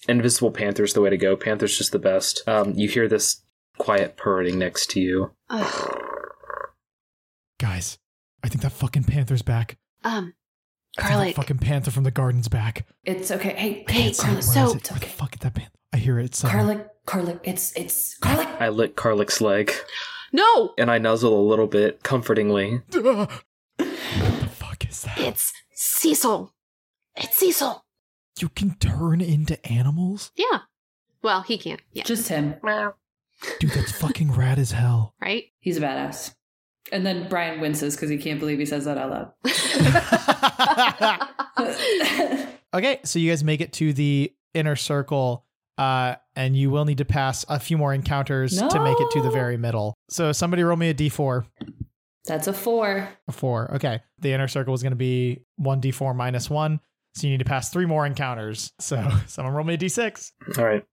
Invisible Panther's the way to go. Panther's just the best. Um, you hear this quiet purring next to you.
Ugh.
Guys, I think that fucking panther's back.
Um,
I think that
Carly.
fucking panther from the garden's back.
It's okay. Hey,
I
hey,
can't see it.
Carlic.
Where is
so-
it?
it's
Where the
okay.
fuck is that panther? I hear it somewhere.
Carlic, Carlic, it's it's Carlic.
I lick Karlik's leg
No,
and I nuzzle a little bit comfortingly.
Ah! what the fuck is that?
it's Cecil. It's Cecil.
you can turn into animals?
Yeah. Well, he can't. Yeah.
Just him.
Dude, that's fucking rad as hell.
Right?
He's a badass. And then Brian winces because he can't believe he says that out loud.
Okay, so you guys make it to the inner circle, uh, and you will need to pass a few more encounters to make it to the
No.
very middle. So somebody roll me a d4.
That's a four.
A four. Okay. The inner circle is going to be 1d4 minus one. So you need to pass three more encounters. So someone roll me a d6.
All right.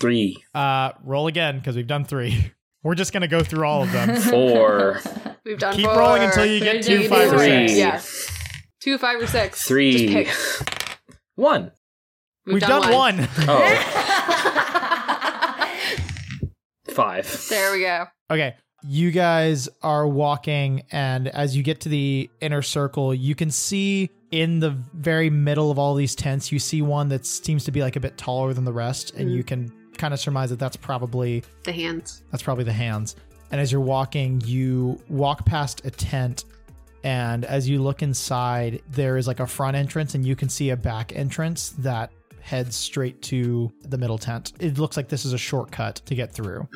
Three,
Uh, roll again because we've done three. We're just going to go through all of them.
four,
We've done
Keep
four.
rolling until you get
Three,
two, five, or
three.
six.
six.
Yeah. Two, five, or six. Just
three,
pick.
one.
We've, done, one.
Oh, five.
There we go.
Okay. you guys are walking, and as you get to the inner circle, you can see in the very middle of all these tents, you see one that seems to be like a bit taller than the rest, and you can kind of surmise that that's probably
The hands.
that's probably the hands. And as you're walking, you walk past a tent. And as you look inside, there is like a front entrance, and you can see a back entrance that heads straight to the middle tent. It looks like this is a shortcut to get through.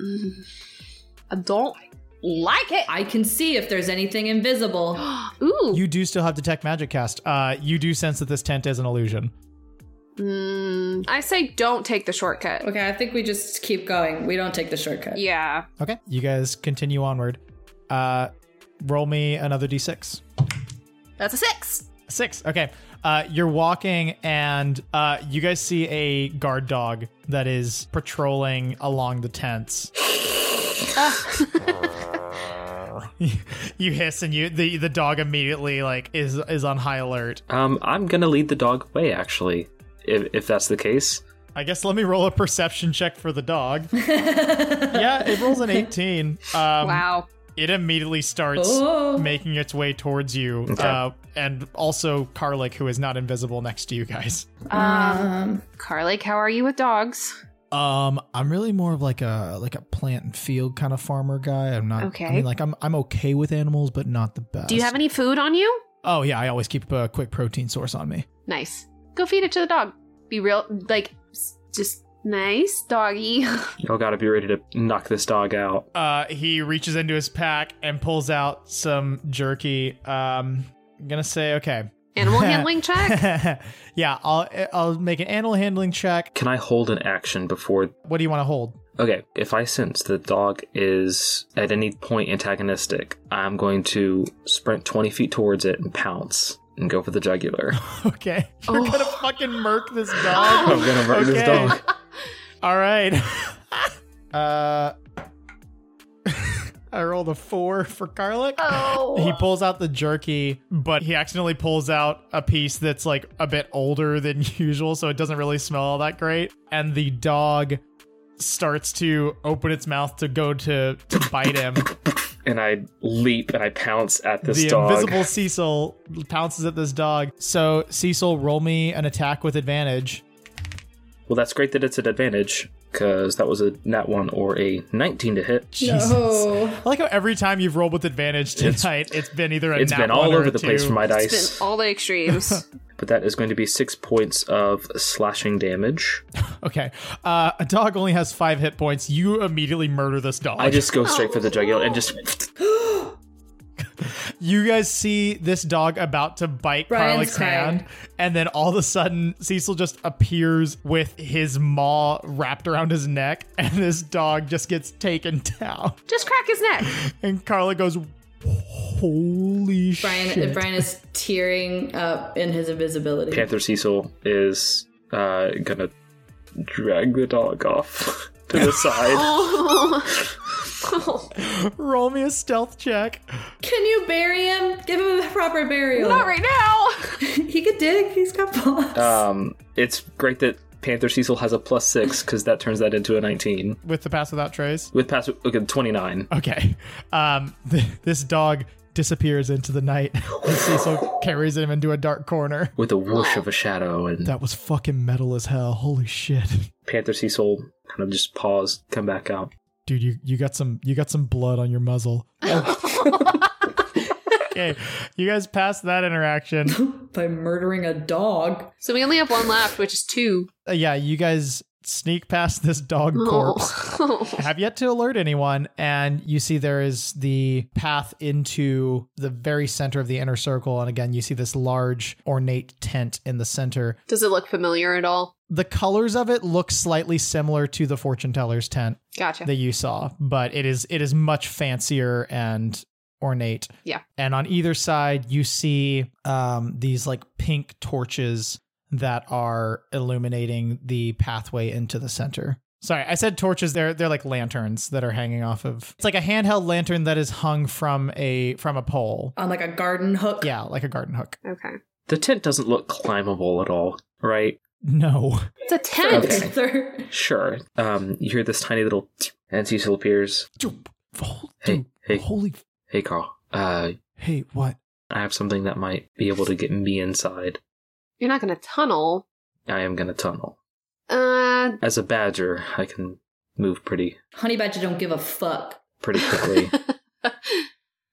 I don't like it.
I can see if there's anything invisible.
Ooh.
You do still have Detect Magic Cast. Uh, you do sense that this tent is an illusion.
Mm, I say don't take the shortcut.
Okay, I think we just keep going. We don't take the shortcut.
Yeah.
Okay. You guys continue onward. Uh, roll me another d6.
That's a six.
Six. Okay. Uh, you're walking, and uh, you guys see a guard dog that is patrolling along the tents. you hiss, and you the, the dog immediately like is is on high alert.
Um, I'm gonna lead the dog away, actually, if, if that's the case.
I guess let me roll a perception check for the dog. yeah, it rolls an eighteen. Um,
wow.
It immediately starts
Oh.
making its way towards you, uh, and also Karlik, who is not invisible next to you guys.
Um,
Carlake, Uh, how are you with dogs?
Um, I'm really more of like a like a plant and field kind of farmer guy. I'm not I
Okay.
mean, like I'm I'm okay with animals, but not the best.
Do you have any food on you?
Oh yeah, I always keep a quick protein source on me.
Nice. Go feed it to the dog. Be real, like, s- just nice doggy.
Y'all gotta be ready to knock this dog out.
Uh, he reaches into his pack and pulls out some jerky. Um, I'm gonna say okay.
Animal handling check.
yeah, I'll I'll make an animal handling check.
Can I hold an action before?
What do you want to hold?
Okay, if I sense the dog is at any point antagonistic, I'm going to sprint 20 feet towards it and pounce and go for the jugular.
Okay,
Oh.
you're gonna fucking murk this dog.
I'm gonna murder this
Okay.
dog.
All right. uh, I rolled a four for Garlic. He
Oh.
pulls out the jerky, but he accidentally pulls out a piece that's like a bit older than usual, so it doesn't really smell all that great. And the dog starts to open its mouth to go to, to bite him.
And I leap and I pounce at this
the
dog.
invisible Cecil pounces at this dog. So, Cecil, roll me an attack with advantage.
Well, that's great that it's an advantage because that was a nat one or a 19 to hit.
Jesus. I like how every time you've rolled with advantage tonight, it's been either a
It's
nat
been
one
all
or
over
a
the place
two.
for my
It's
dice,
been all the extremes.
but that is going to be six points of slashing damage.
Okay. Uh, a dog only has five hit points. You immediately murder this dog.
I just go straight for
Oh,
the jugular and just.
you guys see this dog about to bite
Brian's
Carlick's
crying.
hand, and then all of a sudden, Cecil just appears with his maw wrapped around his neck, and this dog just gets taken down.
just crack his neck.
And Carla goes, Holy
Brian,
shit.
Brian is tearing up in his invisibility.
Panther Cecil is uh, gonna drag the dog off to the side.
Oh.
Roll me a stealth check.
Can you bury him? Give him a proper burial.
Not right now.
He could dig. He's got balls.
Oh.
Um, it's great that Panther Cecil has a plus six because that turns that into a 19.
With the pass without trace.
With pass, okay, 29.
Okay. Um, th- this dog disappears into the night, and Cecil carries him into a dark corner.
With a whoosh of a shadow, and
That was fucking metal as hell. Holy shit.
Panther Cecil kind of just pause, come back out.
Dude, you, you got some you got some blood on your muzzle. okay. You guys passed that interaction.
By murdering a dog.
so we only have one left, which is two.
Uh, yeah, you guys sneak past this dog corpse.
Oh.
Have yet to alert anyone, and you see there is the path into the very center of the inner circle, and again you see this large ornate tent in the center.
Does it look familiar at all?
The colors of it look slightly similar to the fortune teller's tent.
Gotcha.
that you saw, but it is it is much fancier and ornate.
Yeah.
And on either side, you see um, these like pink torches that are illuminating the pathway into the center. Sorry, I said torches. They're they're like lanterns that are hanging off of. It's like a handheld lantern that is hung from a from a pole.
On like a garden hook.
Yeah, like a garden hook.
okay.
The tent doesn't look climbable at all, right?
No.
It's a tent.
Okay.
Panther.
Sure. Um, you hear this tiny little, and Cecil appears.
Fold.
Hey, Hey,
Holy. f-
hey, Carl. Uh,
Hey, what?
I have something that might be able to get me inside.
You're not going to tunnel.
I am gonna tunnel.
Uh,
As a badger, I can move pretty,
Honey Badger don't give a fuck.
pretty quickly.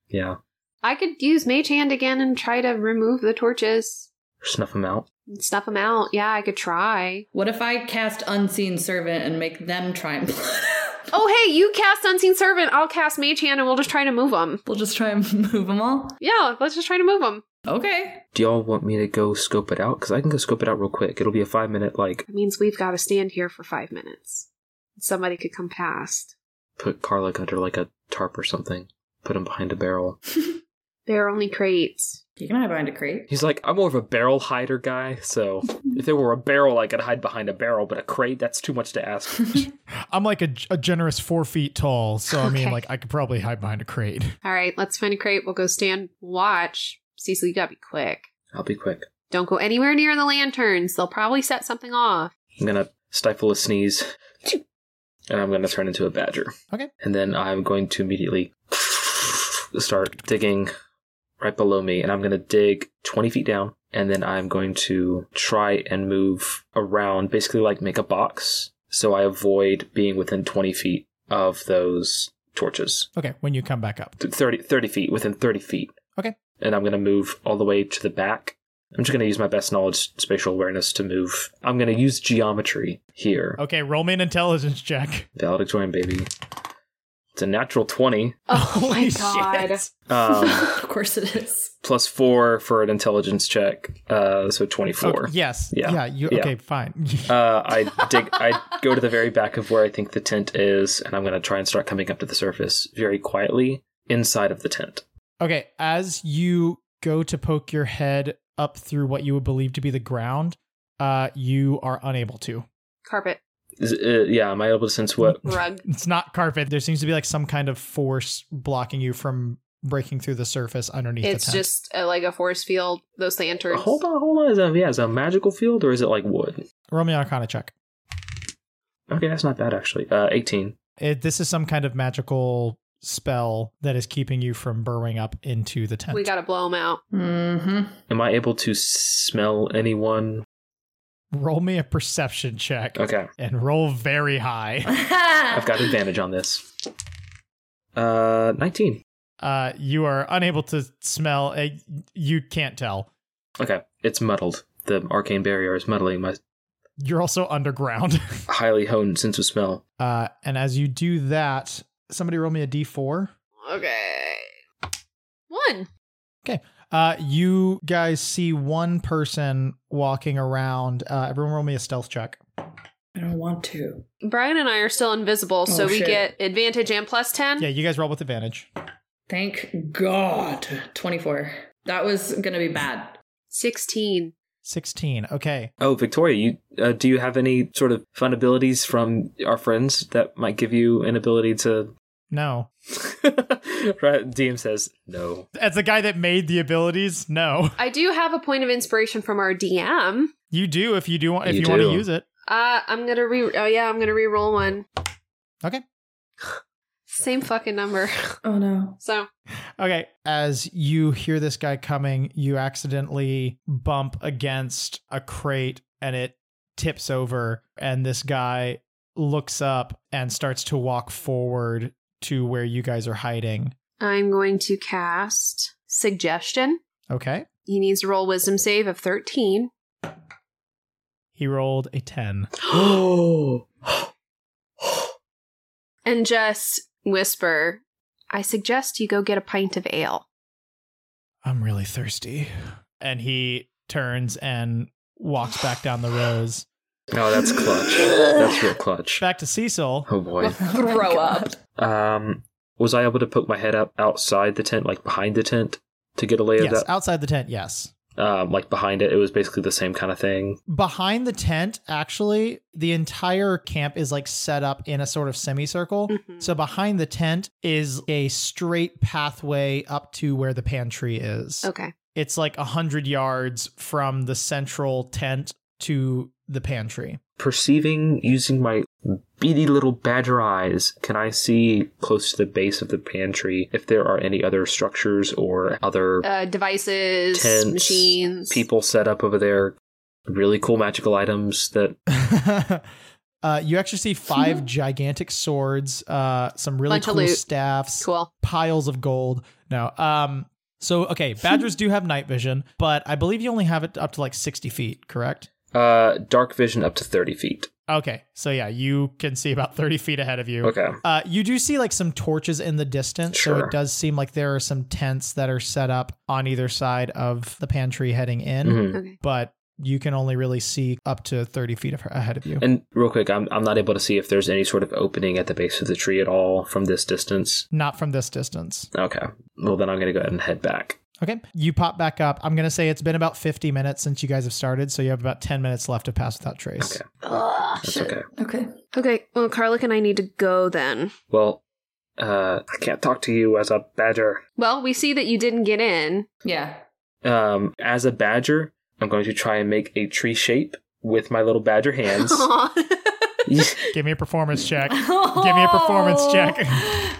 yeah,
I could use Mage Hand again and try to remove the torches
snuff them out.
and stuff them out. Yeah, I could try.
What if I cast Unseen Servant and make them try and
Oh, hey, you cast Unseen Servant. I'll cast Mage Hand and we'll just try to move them.
We'll just try and move them all.
Yeah, let's just try to move them.
Okay.
Do y'all want me to go scope it out? Because I can go scope it out real quick. It'll be a five minute like
That means we've got to stand here for five minutes. Somebody could come past.
put Karlik under like a tarp or something. Put him behind a barrel.
There are only crates.
You can hide behind a crate.
He's like, I'm more of a barrel hider guy, so if there were a barrel, I could hide behind a barrel, but a crate, that's too much to ask.
I'm like a, a generous four feet tall, so I mean,
Okay.
like, I could probably hide behind a crate.
All right, let's find a crate. We'll go stand, watch. Cecil, you gotta be quick.
I'll be quick.
Don't go anywhere near the lanterns. They'll probably set something off.
I'm gonna stifle a sneeze, and I'm gonna turn into a badger.
Okay.
And then I'm going to immediately start digging right below me, and I'm gonna dig 20 feet down, and then I'm going to try and move around, basically like make a box, so I avoid being within 20 feet of those torches.
Okay, when you come back up.
Th- 30, 30 feet, within 30 feet.
Okay.
And I'm gonna move all the way to the back. I'm just gonna use my best knowledge, spatial awareness to move. I'm gonna use geometry here.
Okay, roll me an intelligence check.
Valedictorian, baby. It's a natural 20,
Oh my
Holy
god.
shit.
um,
of course it is.
plus four for an intelligence check, uh, so 24.
Okay, yes.
Yeah.
Yeah. You
Yeah.
okay? Fine.
Uh, I dig. I go to the very back of where I think the tent is, and I'm going to try and start coming up to the surface very quietly inside of the tent.
Okay, as you go to poke your head up through what you would believe to be the ground, uh, you are unable to.
Carpet,
Is, uh, yeah, am I able to sense what?
rug.
It's not carpet. There seems to be like some kind of force blocking you from breaking through the surface underneath the
It's
tent.
just uh like a forest field, those lanterns.
Hold on, hold on. Is that yeah? Is that a magical field or is it like wood?
Roll me an Arcana check.
Okay, that's not bad actually. Uh, 18.
It, this is some kind of magical spell that is keeping you from burrowing up into the tent.
We gotta blow them out.
Mm-hmm.
Am I able to smell anyone?
roll me a perception check
Okay.
and roll very high.
I've got advantage on this. Uh, 19.
Uh, you are unable to smell. Uh, you can't tell.
Okay, it's muddled. The arcane barrier is muddling my
You're also underground.
highly honed sense of smell.
Uh, and as you do that, somebody roll me a d4.
Okay. One.
Uh, you guys see one person walking around. Uh, everyone roll me a stealth check.
I don't want to.
Brian and I are still invisible, so
Oh,
we
shit.
get advantage and plus 10.
Yeah, you guys roll with advantage.
Thank God. 24. That was going to be bad.
16.
16. Okay.
Oh, Victoria, you uh, do you have any sort of fun abilities from our friends that might give you an ability to?
No.
right, DM says no.
As the guy that made the abilities, no.
I do have a point of inspiration from our DM.
You do if you do want if you,
You
want to
do.
use it.
Uh, I'm gonna re. Oh yeah, I'm gonna re-roll one.
Okay.
Same fucking number.
Oh no.
So
Okay. As you hear this guy coming, you accidentally bump against a crate and it tips over. And this guy looks up and starts to walk forward to where you guys are hiding.
I'm going to cast suggestion.
Okay.
He needs to roll wisdom save of 13.
He rolled a 10.
Oh,
and just whisper. I suggest you go get a pint of ale.
I'm really thirsty. And he turns and walks back down the rows.
Oh, that's clutch. that's real clutch.
Back to Cecil.
Oh boy.
Throw up.
Um, was I able to poke my head up outside the tent, like behind the tent, to get a lay of
Yes,
that?
outside the tent, yes.
Um, like behind it, it was basically the same kind of thing.
Behind the tent, actually, the entire camp is like set up in a sort of semicircle.
Mhm.
So behind the tent is a straight pathway up to where the pantry is.
Okay.
It's like a hundred yards from the central tent to the pantry.
Perceiving using my beady little badger eyes, can I see close to the base of the pantry if there are any other structures or other
Uh, devices,
tents,
machines.
people set up over there? Really cool magical items that
uh, you actually see five gigantic swords, uh, some really
Mm-hmm. Bunch of
cool
loot.
staffs,
Cool.
piles of gold. No. Um. So okay, badgers do have night vision, but I believe you only have it up to like sixty feet, correct?
uh, dark vision up to thirty feet.
Okay, so yeah, you can see about thirty feet ahead of you.
Okay,
Uh, you do see like some torches in the distance, so
Sure.
it does seem like there are some tents that are set up on either side of the pantry heading in,
Mhm.
Okay.
but you can only really see up to 30 feet of ahead of you.
and real quick, I'm I'm not able to see if there's any sort of opening at the base of the tree at all from this distance.
Not from this distance.
Okay, well then I'm gonna go ahead and head back.
Okay. You pop back up. I'm going to say it's been about 50 minutes since you guys have started, so you have about 10 minutes left to pass without trace.
Okay.
Ugh,
That's
shit.
okay.
Okay.
Okay. Well, Carlick and I need to go then.
Well, uh, I can't talk to you as a badger.
Well, we see that you didn't get in.
Yeah.
Um, as a badger, I'm going to try and make a tree shape with my little badger hands.
Aw.
Give me a performance check. Give me a performance check.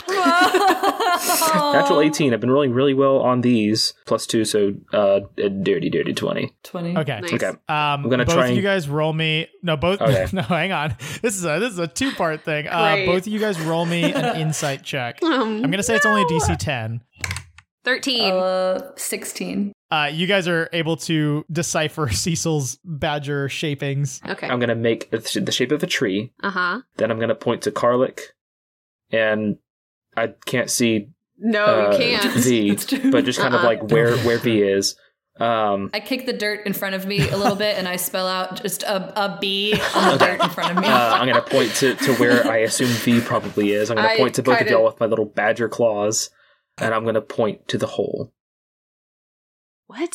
Natural
Natural
18. I've been rolling really well on these. Plus two, so uh, a dirty, dirty 20.
20.
Okay.
Nice.
Okay.
Um,
I'm gonna
both
try
of
and-
you guys roll me. No, both.
Okay.
No, hang on. This is a this is a two part thing. Uh,
Great.
both of you guys roll me an insight check.
Um,
I'm gonna say it's only a DC 10.
Thirteen.
Uh, 16.
Uh, you guys are able to decipher Cecil's badger shapings.
okay.
I'm going to make a th- the shape of a tree.
Uh huh.
Then I'm going to point to Karlik. And I can't see
No,
uh,
you can't.
V,
It's true.
but just kind of
Uh-uh.
like where, where V is. Um,
I kick the dirt in front of me a little bit and I spell out just a, a B on the
Okay.
dirt in front of me.
uh, I'm going to point to, to where I assume V probably is. I'm going
I
to point to both of
kinda-
y'all with my little badger claws. And I'm going to point to the hole.
What?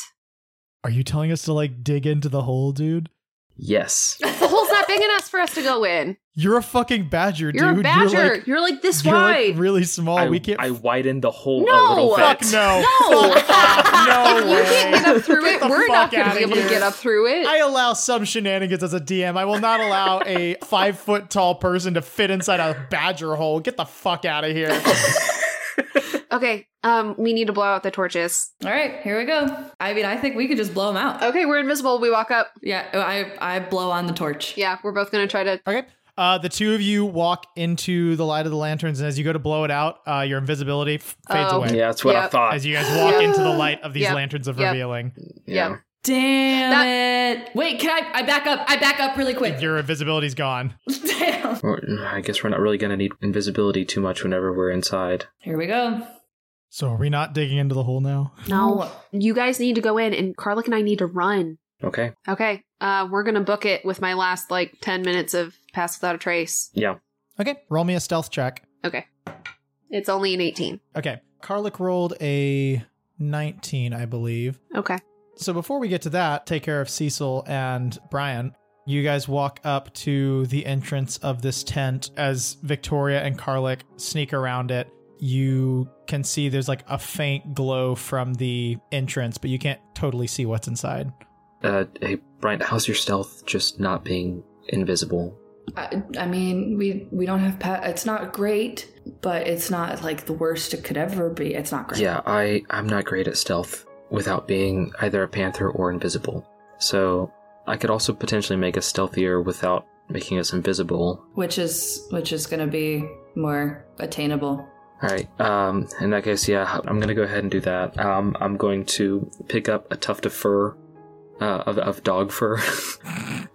Are you telling us to like dig into the hole, dude?
Yes.
The hole's not big enough for us to go in.
You're a fucking badger,
You're
dude.
a badger. You're
You're
like,
like,
this
you're, like,
wide.
really small.
I,
Oh, we can't.
I widened the hole a
No!
little bit.
fuck no.
No.
Fuck, no
if you can't
way.
get up through
Get
it,
the
we're
fuck
not going to
outta
be able
here.
to get up through it.
I allow some shenanigans as a DM. I will not allow a five foot tall person to fit inside a badger hole. Get the fuck out of here.
okay. Um, we need to blow out the torches.
All right, here we go. I mean, I think we could just blow them out.
Okay, we're invisible. We walk up.
Yeah, oh, I I blow on the torch.
Yeah, we're both going to try to.
Okay. Uh, the two of you walk into the light of the lanterns, and as you go to blow it out, uh, your invisibility f- fades
Oh.
away.
Yeah, that's what I
Yep.
thought.
As you guys walk
Yeah.
into the light of these
Yep.
lanterns of
Yep.
revealing,
Yeah.
Damn it! Wait, can I? I back up. I back up really quick.
your invisibility's gone.
Damn.
Or- I guess we're not really going to need invisibility too much whenever we're inside.
Here we go.
So are we not digging into the hole now?
No. You guys need to go in, and Carlick and I need to run.
Okay.
Okay. Uh, we're going to book it with my last, like, 10 minutes of Pass Without a Trace.
Yeah.
Okay. Roll me a stealth check.
Okay. It's only an 18.
Okay. Karlik rolled a 19, I believe.
Okay.
So before we get to that, take care of Cecil and Brian. You guys walk up to the entrance of this tent as Victoria and Karlik sneak around it. You can see there's like a faint glow from the entrance, but you can't totally see what's inside.
Uh, hey, Brian, how's your stealth just not being invisible?
I, I mean, we we don't have pat. It's not great, but it's not like the worst it could ever be. It's not great.
Yeah, I, I'm not great at stealth without being either a panther or invisible. So I could also potentially make us stealthier without making us invisible.
Which is which is going to be more attainable.
All right. Um, in that case, yeah, I'm gonna go ahead and do that. Um, I'm going to pick up a tuft of fur, uh, of, of dog fur,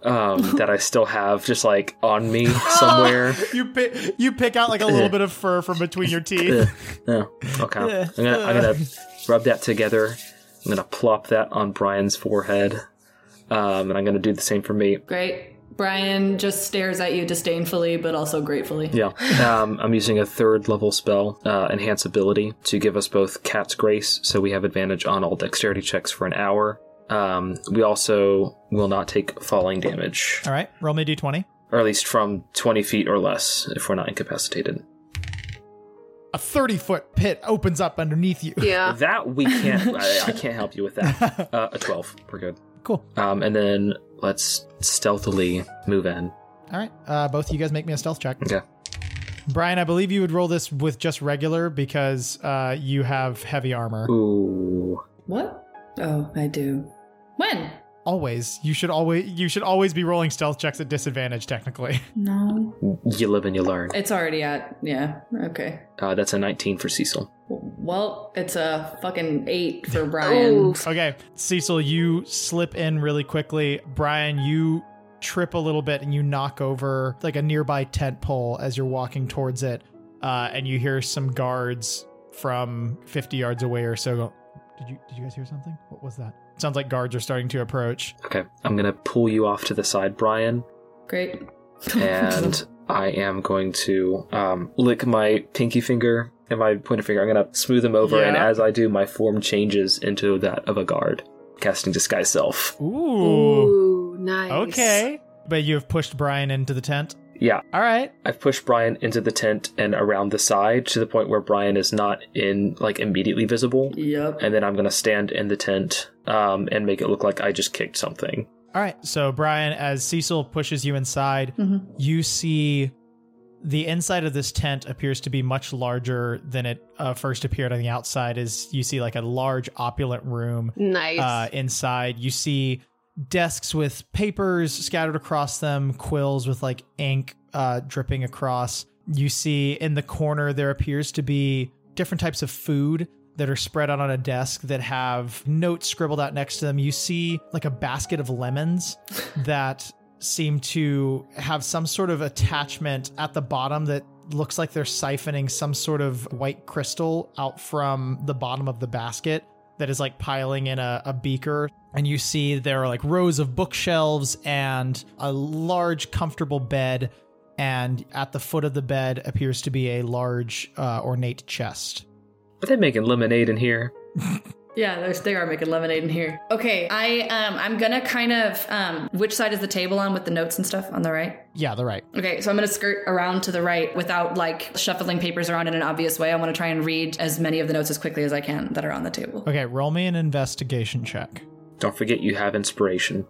um, that I still have just like on me somewhere.
You pick, you pick out like a little bit of fur from between your
Ugh.
teeth.
No. Okay. I'm gonna, I'm gonna rub that together. I'm gonna plop that on Brian's forehead, um, and I'm gonna do the same for me.
Great. Brian just stares at you disdainfully, but also gratefully.
Yeah. Um, I'm using a third level spell, uh, Enhance Ability, to give us both Cat's Grace, so we have advantage on all dexterity checks for an hour. Um, we also will not take falling damage,
All right, roll me a d20.
or at least from 20 feet or less if we're not incapacitated.
A 30 foot pit opens up underneath you.
Yeah.
That we can't, I, I can't help you with that. Uh, a 12, we're good.
Cool.
Um, and then let's stealthily move in.
All right. Uh, both of you guys make me a stealth check.
Okay.
Brian, I believe you would roll this with just regular because uh, you have heavy armor.
Ooh.
What? Oh, I do. When?
Always. You should always you should always be rolling stealth checks at disadvantage technically.
No.
You live and you learn.
It's already at. Yeah. Okay.
Uh, that's a 19 for Cecil.
Well, it's a fucking eight for
Oh.
Brian.
okay. Cecil, you slip in really quickly. Brian, you trip a little bit and you knock over like a nearby tent pole as you're walking towards it. Uh, and you hear some guards from 50 yards away or so go, did you did you guys hear something? What was that? Sounds like guards are starting to approach.
Okay. I'm going to pull you off to the side, Brian,
Great.
and I am going to um, lick my pinky finger and my pointer finger. I'm going to smooth them over, and
Yeah.
as I do, my form changes into that of a guard, casting disguise self.
Ooh.
Ooh, nice.
Okay. But you have pushed Brian into the tent.
Yeah,
All right.
I've pushed Brian into the tent and around the side to the point where Brian is not in like immediately visible.
Yep.
And then I'm gonna stand in the tent um, and make it look like I just kicked something.
All right. So, Brian, as Cecil pushes you inside,
Mhm.
you see the inside of this tent appears to be much larger than it uh, first appeared on the outside. Is you see like a large opulent room
Nice.
uh, inside. You see desks with papers scattered across them, quills with like ink uh, dripping across. You see in the corner there appears to be different types of food that are spread out on a desk that have notes scribbled out next to them. You see like a basket of lemons that seem to have some sort of attachment at the bottom that looks like they're siphoning some sort of white crystal out from the bottom of the basket that is like piling in a, a beaker. And you see there are like rows of bookshelves and a large, comfortable bed. And at the foot of the bed appears to be a large, uh, ornate chest.
Are they making lemonade in here?
Yeah, there's, they are making lemonade in here. Okay, I um, I'm gonna kind of um, which side is the table on with the notes and stuff on the right?
Yeah, they're right.
Okay, so I'm gonna skirt around to the right without like shuffling papers around in an obvious way. I want to try and read as many of the notes as quickly as I can that are on the table.
Okay, roll me an investigation check.
Don't forget you have inspiration.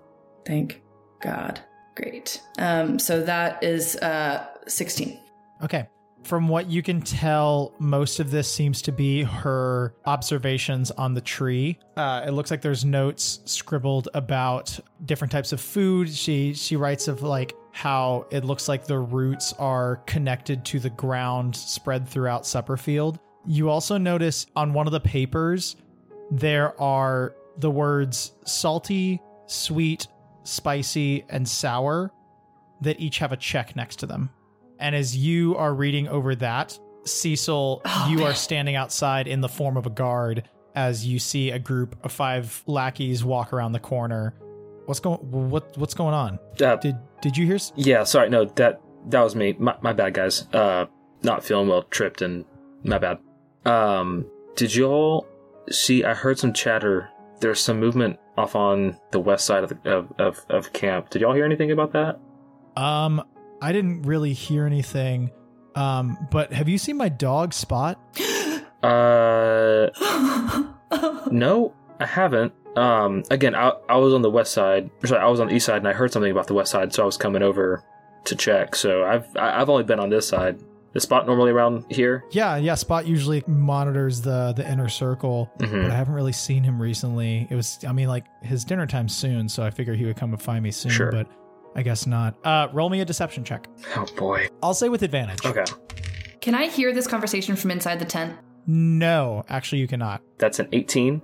Thank God. Great. Um, so that is uh, 16.
Okay. From what you can tell, most of this seems to be her observations on the tree. Uh, it looks like there's notes scribbled about different types of food. She she writes of like how it looks like the roots are connected to the ground spread throughout Supperfield. You also notice on one of the papers there are the words salty, sweet, spicy, and sour that each have a check next to them. And as you are reading over that, Cecil,
Oh,
you
man.
are standing outside in the form of a guard as you see a group of five lackeys walk around the corner. What's going what what's going on?
Uh,
Did did you hear s-
yeah, sorry, no, that that was me. My, my bad, guys. Uh, not feeling well, tripped, and my bad. Um, did y'all see? I heard some chatter. There's some movement off on the west side of, the, of, of of camp. Did y'all hear anything about that?
Um I didn't really hear anything. Um but have you seen my dog Spot?
Uh,
oh
No, I haven't. Um, again, I, I was on the west side. or Sorry, I was on the east side, and I heard something about the west side, so I was coming over to check. So I've I- I've only been on this side. The spot normally around here.
Yeah, yeah, Spot usually monitors the the inner circle,
hmm
but I haven't really seen him recently. It was I mean like his dinner time soon, so I figure he would come and find me soon,
Sure.
but I guess not. Uh roll me a deception check.
Oh boy.
I'll say with advantage.
Okay,
Can I hear this conversation from inside the tent?
No, actually you cannot.
that's an eighteen.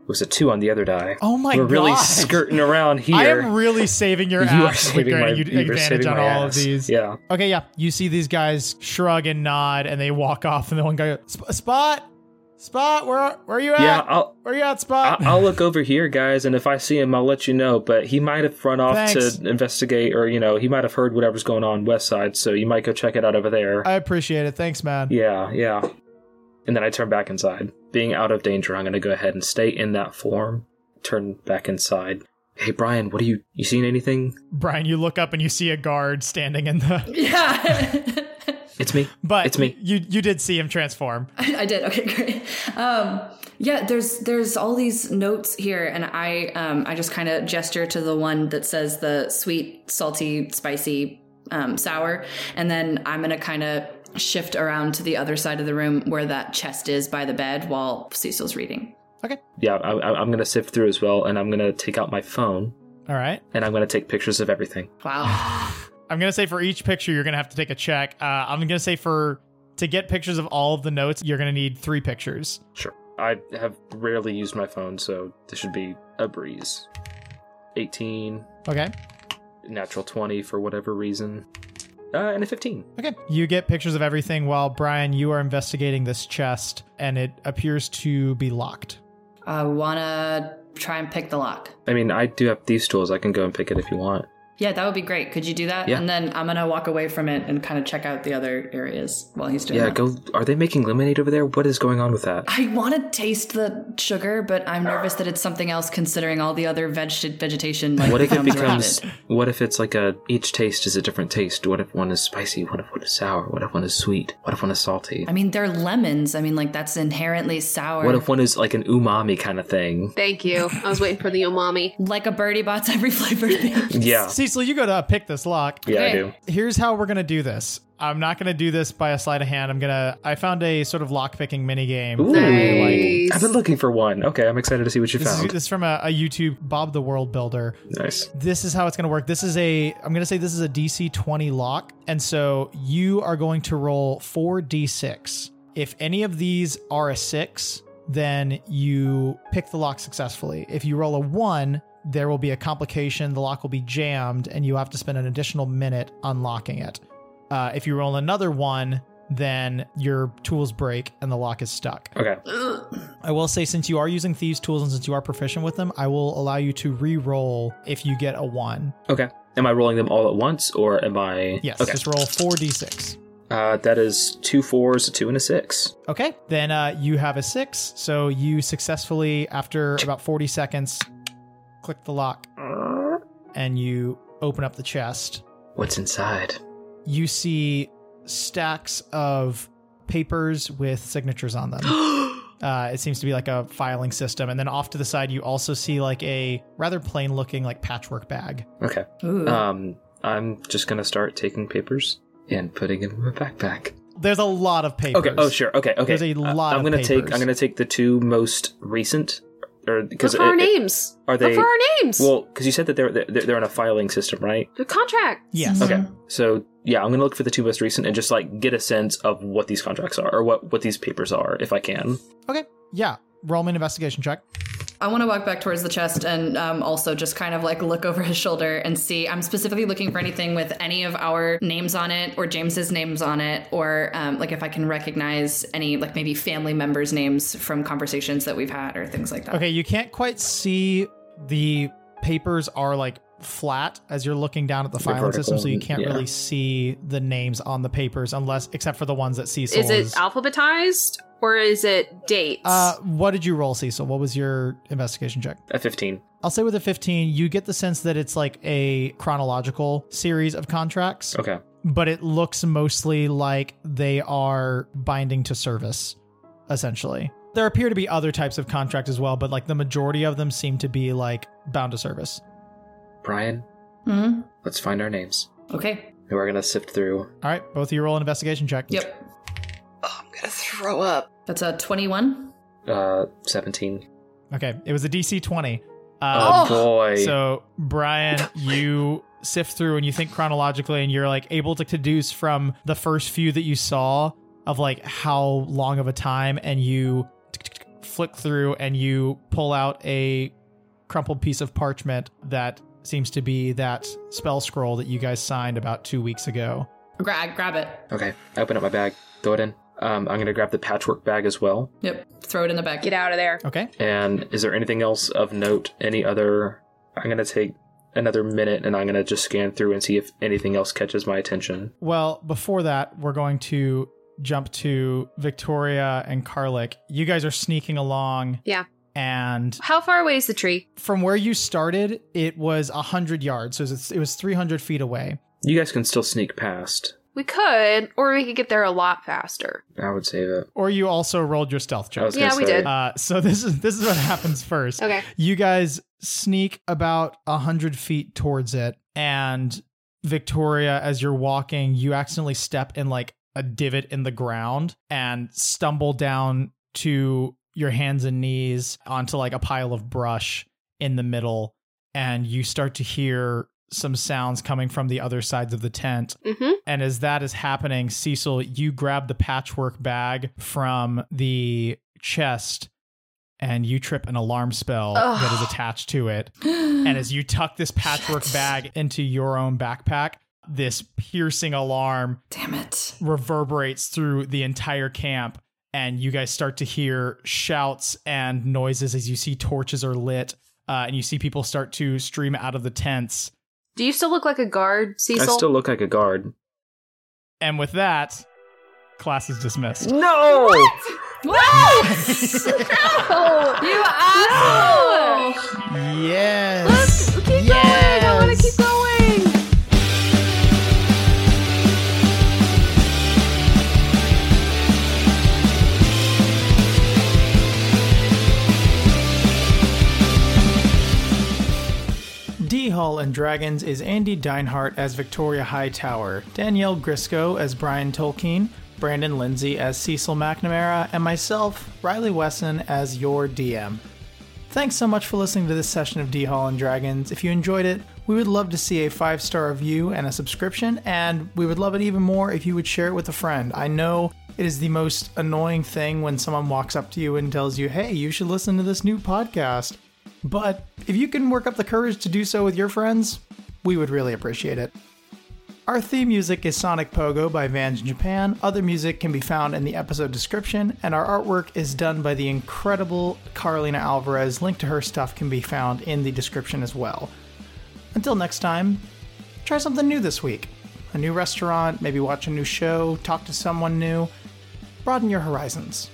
It was a two on the other die.
Oh my
We're really
God.
skirting around here.
I am really saving your
you are
ass with
saving my
granting you
you are
advantage
saving
on
my
all of
ass.
these.
Yeah.
Okay, yeah. You see these guys shrug and nod, and they walk off, and the one guy, goes, "Sp- Spot, Spot, where are, where are you at?
Yeah. Uh, I'll
where are you at,
I-
Spot?
I'll look over here, guys, and if I see him, I'll let you know. But he might have run off
Thanks.
to investigate, or you know, he might have heard whatever's going on west side. So you might go check it out over there.
I appreciate it. Thanks, man.
yeah, yeah. And then I turn back inside, being out of danger. I'm gonna go ahead and stay in that form. Turn back inside. Hey, Brian, what are you? You seen anything?
Brian, you look up and you see a guard standing in the.
Yeah.
It's me.
But
it's me.
You you did see him transform.
I did. Okay, great. Um, yeah, there's there's all these notes here, and I um, I just kind of gesture to the one that says the sweet, salty, spicy, um, sour, and then I'm gonna kind of shift around to the other side of the room where that chest is by the bed while Cecil's reading.
Okay.
Yeah, I, I- I'm gonna sift through as well, and I'm gonna take out my phone
All right.
and I'm gonna take pictures of everything.
Wow.
I'm gonna say for each picture you're gonna have to take a check. Uh, I'm gonna say for to get pictures of all of the notes you're gonna need three pictures.
Sure. I have rarely used my phone, so this should be a breeze. 18,
Okay.
natural 20 for whatever reason, uh, and a 15.
Okay. You get pictures of everything while Brian you are investigating this chest and it appears to be locked.
I wanna try and pick the lock.
I mean, I do have these tools. I can go and pick it if you want.
Yeah, that would be great. Could you do that?
Yeah.
And then I'm gonna walk away from it and kind of check out the other areas while he's doing
Yeah,
that.
go. Are they making lemonade over there? What is going on with that?
I want to taste the sugar, but I'm nervous that it's something else considering all the other veg- vegetation. Like,
What if it
comes around
becomes?
it.
What if it's like a each taste is a different taste? What if one is spicy? What if one is sour? What if one is sweet? What if one is salty?
I mean, they're lemons. I mean, like that's inherently sour.
What if one is like an umami kind of thing?
Thank you. I was waiting for the umami.
like a birdie bots every flavor? thing.
Yeah,
Cecil, you gotta pick this lock.
yeah, I
Okay.
do.
here's how we're gonna do this. I'm not gonna do this by a sleight of hand. I'm gonna. I found a sort of lock picking mini game.
Ooh,
Nice.
I've been looking for one. Okay, I'm excited to see what you
This is,
found.
this is from a, a YouTube Bob the World Builder.
nice.
This is how it's gonna work. This is a. I'm gonna say this is a DC 20 lock, and so you are going to roll four d6. If any of these are a six, then you pick the lock successfully. If you roll a one. There will be a complication. The lock will be jammed, and you have to spend an additional minute unlocking it. Uh, if you roll another one, then your tools break and the lock is stuck.
Okay.
I will say, since you are using thieves' tools and since you are proficient with them, I will allow you to re-roll if you get a one.
Okay. Am I rolling them all at once, or am I?
Yes,
Okay.
just roll four d6.
Uh, that is two fours, a two, and a six.
Okay, then uh, you have a six, so you successfully, after about 40 seconds, click the lock and you open up the chest.
What's inside?
You see stacks of papers with signatures on them. Uh, it seems to be like a filing system, and then off to the side, you also see like a rather plain-looking like patchwork bag.
Okay.
Uh,
Ooh.
Um, I'm just gonna start taking papers and putting them in my backpack.
There's a lot of papers.
Okay. Oh, sure. Okay. Okay.
There's a lot
I'm
of
gonna take.
papers.
I'm gonna take the two most recent, or
Look
because
for our names.
are
Look
they-
for our names.
Well, because you said that they're, they're they're in a filing system, right?
the contract.
Yes.
Okay. So yeah, I'm gonna look for the two most recent and just like get a sense of what these contracts are or what what these papers are, if I can.
Okay. Yeah. Roll me an investigation check.
I want to walk back towards the chest and um, also just kind of like look over his shoulder and see. I'm specifically looking for anything with any of our names on it or James's names on it, or um, like if I can recognize any, like maybe family members' names from conversations that we've had or things like that.
Okay, you can't quite see the papers are like flat as you're looking down at the
They're
filing system,
vertical,
so you can't
yeah.
really see the names on the papers unless except for the ones that Cecil
Is it alphabetized or is it dates?
uh, what did you roll, Cecil? What was your investigation check?
At 15.
I'll say with a 15, you get the sense that it's like a chronological series of contracts,
Okay.
but it looks mostly like they are binding to service, essentially. There appear to be other types of contract as well, but like the majority of them seem to be like bound to service.
Brian,
hmm
let's find our names.
Okay.
And We're gonna sift through.
All right, both of you roll an investigation check.
Yep.
Oh, I'm gonna throw up.
That's a 21.
Uh, 17.
Okay, it was a DC 20. Um,
Oh, boy.
So, Brian, you sift through and you think chronologically, and you're like able to deduce from the first few that you saw of like how long of a time, and you flick through and you pull out a crumpled piece of parchment that seems to be that spell scroll that you guys signed about two weeks ago.
Gra- grab it.
Okay, I open up my bag, throw it in. Um, I'm gonna grab the patchwork bag as well.
Yep. Throw it in the back.
Get out of there.
Okay.
And is there anything else of note? Any other? I'm gonna take another minute and I'm gonna just scan through and see if anything else catches my attention.
Well, before that, we're going to jump to Victoria and Karlik. You guys are sneaking along.
Yeah.
And
How far away is the tree?
from where you started, it was 100 yards. So it was- it was 300 feet away.
You guys can still sneak past.
We could, or we could get there a lot faster.
I would save it.
Or you also rolled your stealth
I
check.
was gonna
Yeah, we
say-
did.
Uh, so this is this is what happens first.
Okay.
You guys sneak about a hundred feet towards it, and Victoria, as you're walking, you accidentally step in like a divot in the ground and stumble down to your hands and knees onto like a pile of brush in the middle, and you start to hear some sounds coming from the other sides of the tent
Mm-hmm.
and as that is happening, Cecil, you grab the patchwork bag from the chest and you trip an alarm spell
Ugh.
that is attached to it. And as you tuck this patchwork
Shit.
bag into your own backpack, this piercing alarm
Damn it.
reverberates through the entire camp. And you guys start to hear shouts and noises as you see torches are lit. Uh, and you see people start to stream out of the tents.
Do you still look like a guard,
I
Cecil?
still look like a guard.
And with that, class is dismissed.
No.
What?
oh,
you asshole!
Yes.
keep going! I want to keep going.
D Hall and Dragons is Andy Deinhart as Victoria Hightower, Danielle Grisco as Brian Tolkien, Brandon Lindsay as Cecil McNamara, and myself, Riley Wesson, as your DM. Thanks so much for listening to this session of D Hall and Dragons. If you enjoyed it, we would love to see a five star review and a subscription, and we would love it even more if you would share it with a friend. I know it is the most annoying thing when someone walks up to you and tells you, hey, you should listen to this new podcast. But if you can work up the courage to do so with your friends, we would really appreciate it. Our theme music is Sonic Pogo by Vans in Japan. Other music can be found in the episode description, and our artwork is done by the incredible Carolina Alvarez. Link to her stuff can be found in the description as well. Until next time, try something new this week. A new restaurant, maybe watch a new show, talk to someone new, broaden your horizons.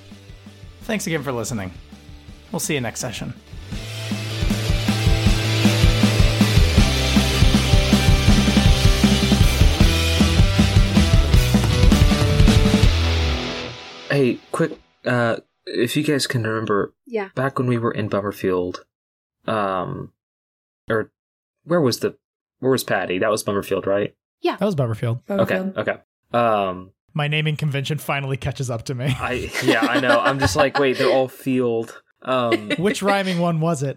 Thanks again for listening. We'll see you next session.
Hey, quick. Uh, if you guys can remember,
Yeah.
back when we were in Bummerfield, um, or where was the where was Patty? That was Bummerfield, right?
That was Butterfield.
Okay. Okay. Um,
My naming convention finally catches up to me.
I yeah, I know. I'm just like, wait, they're all field. Um,
Which rhyming one was it?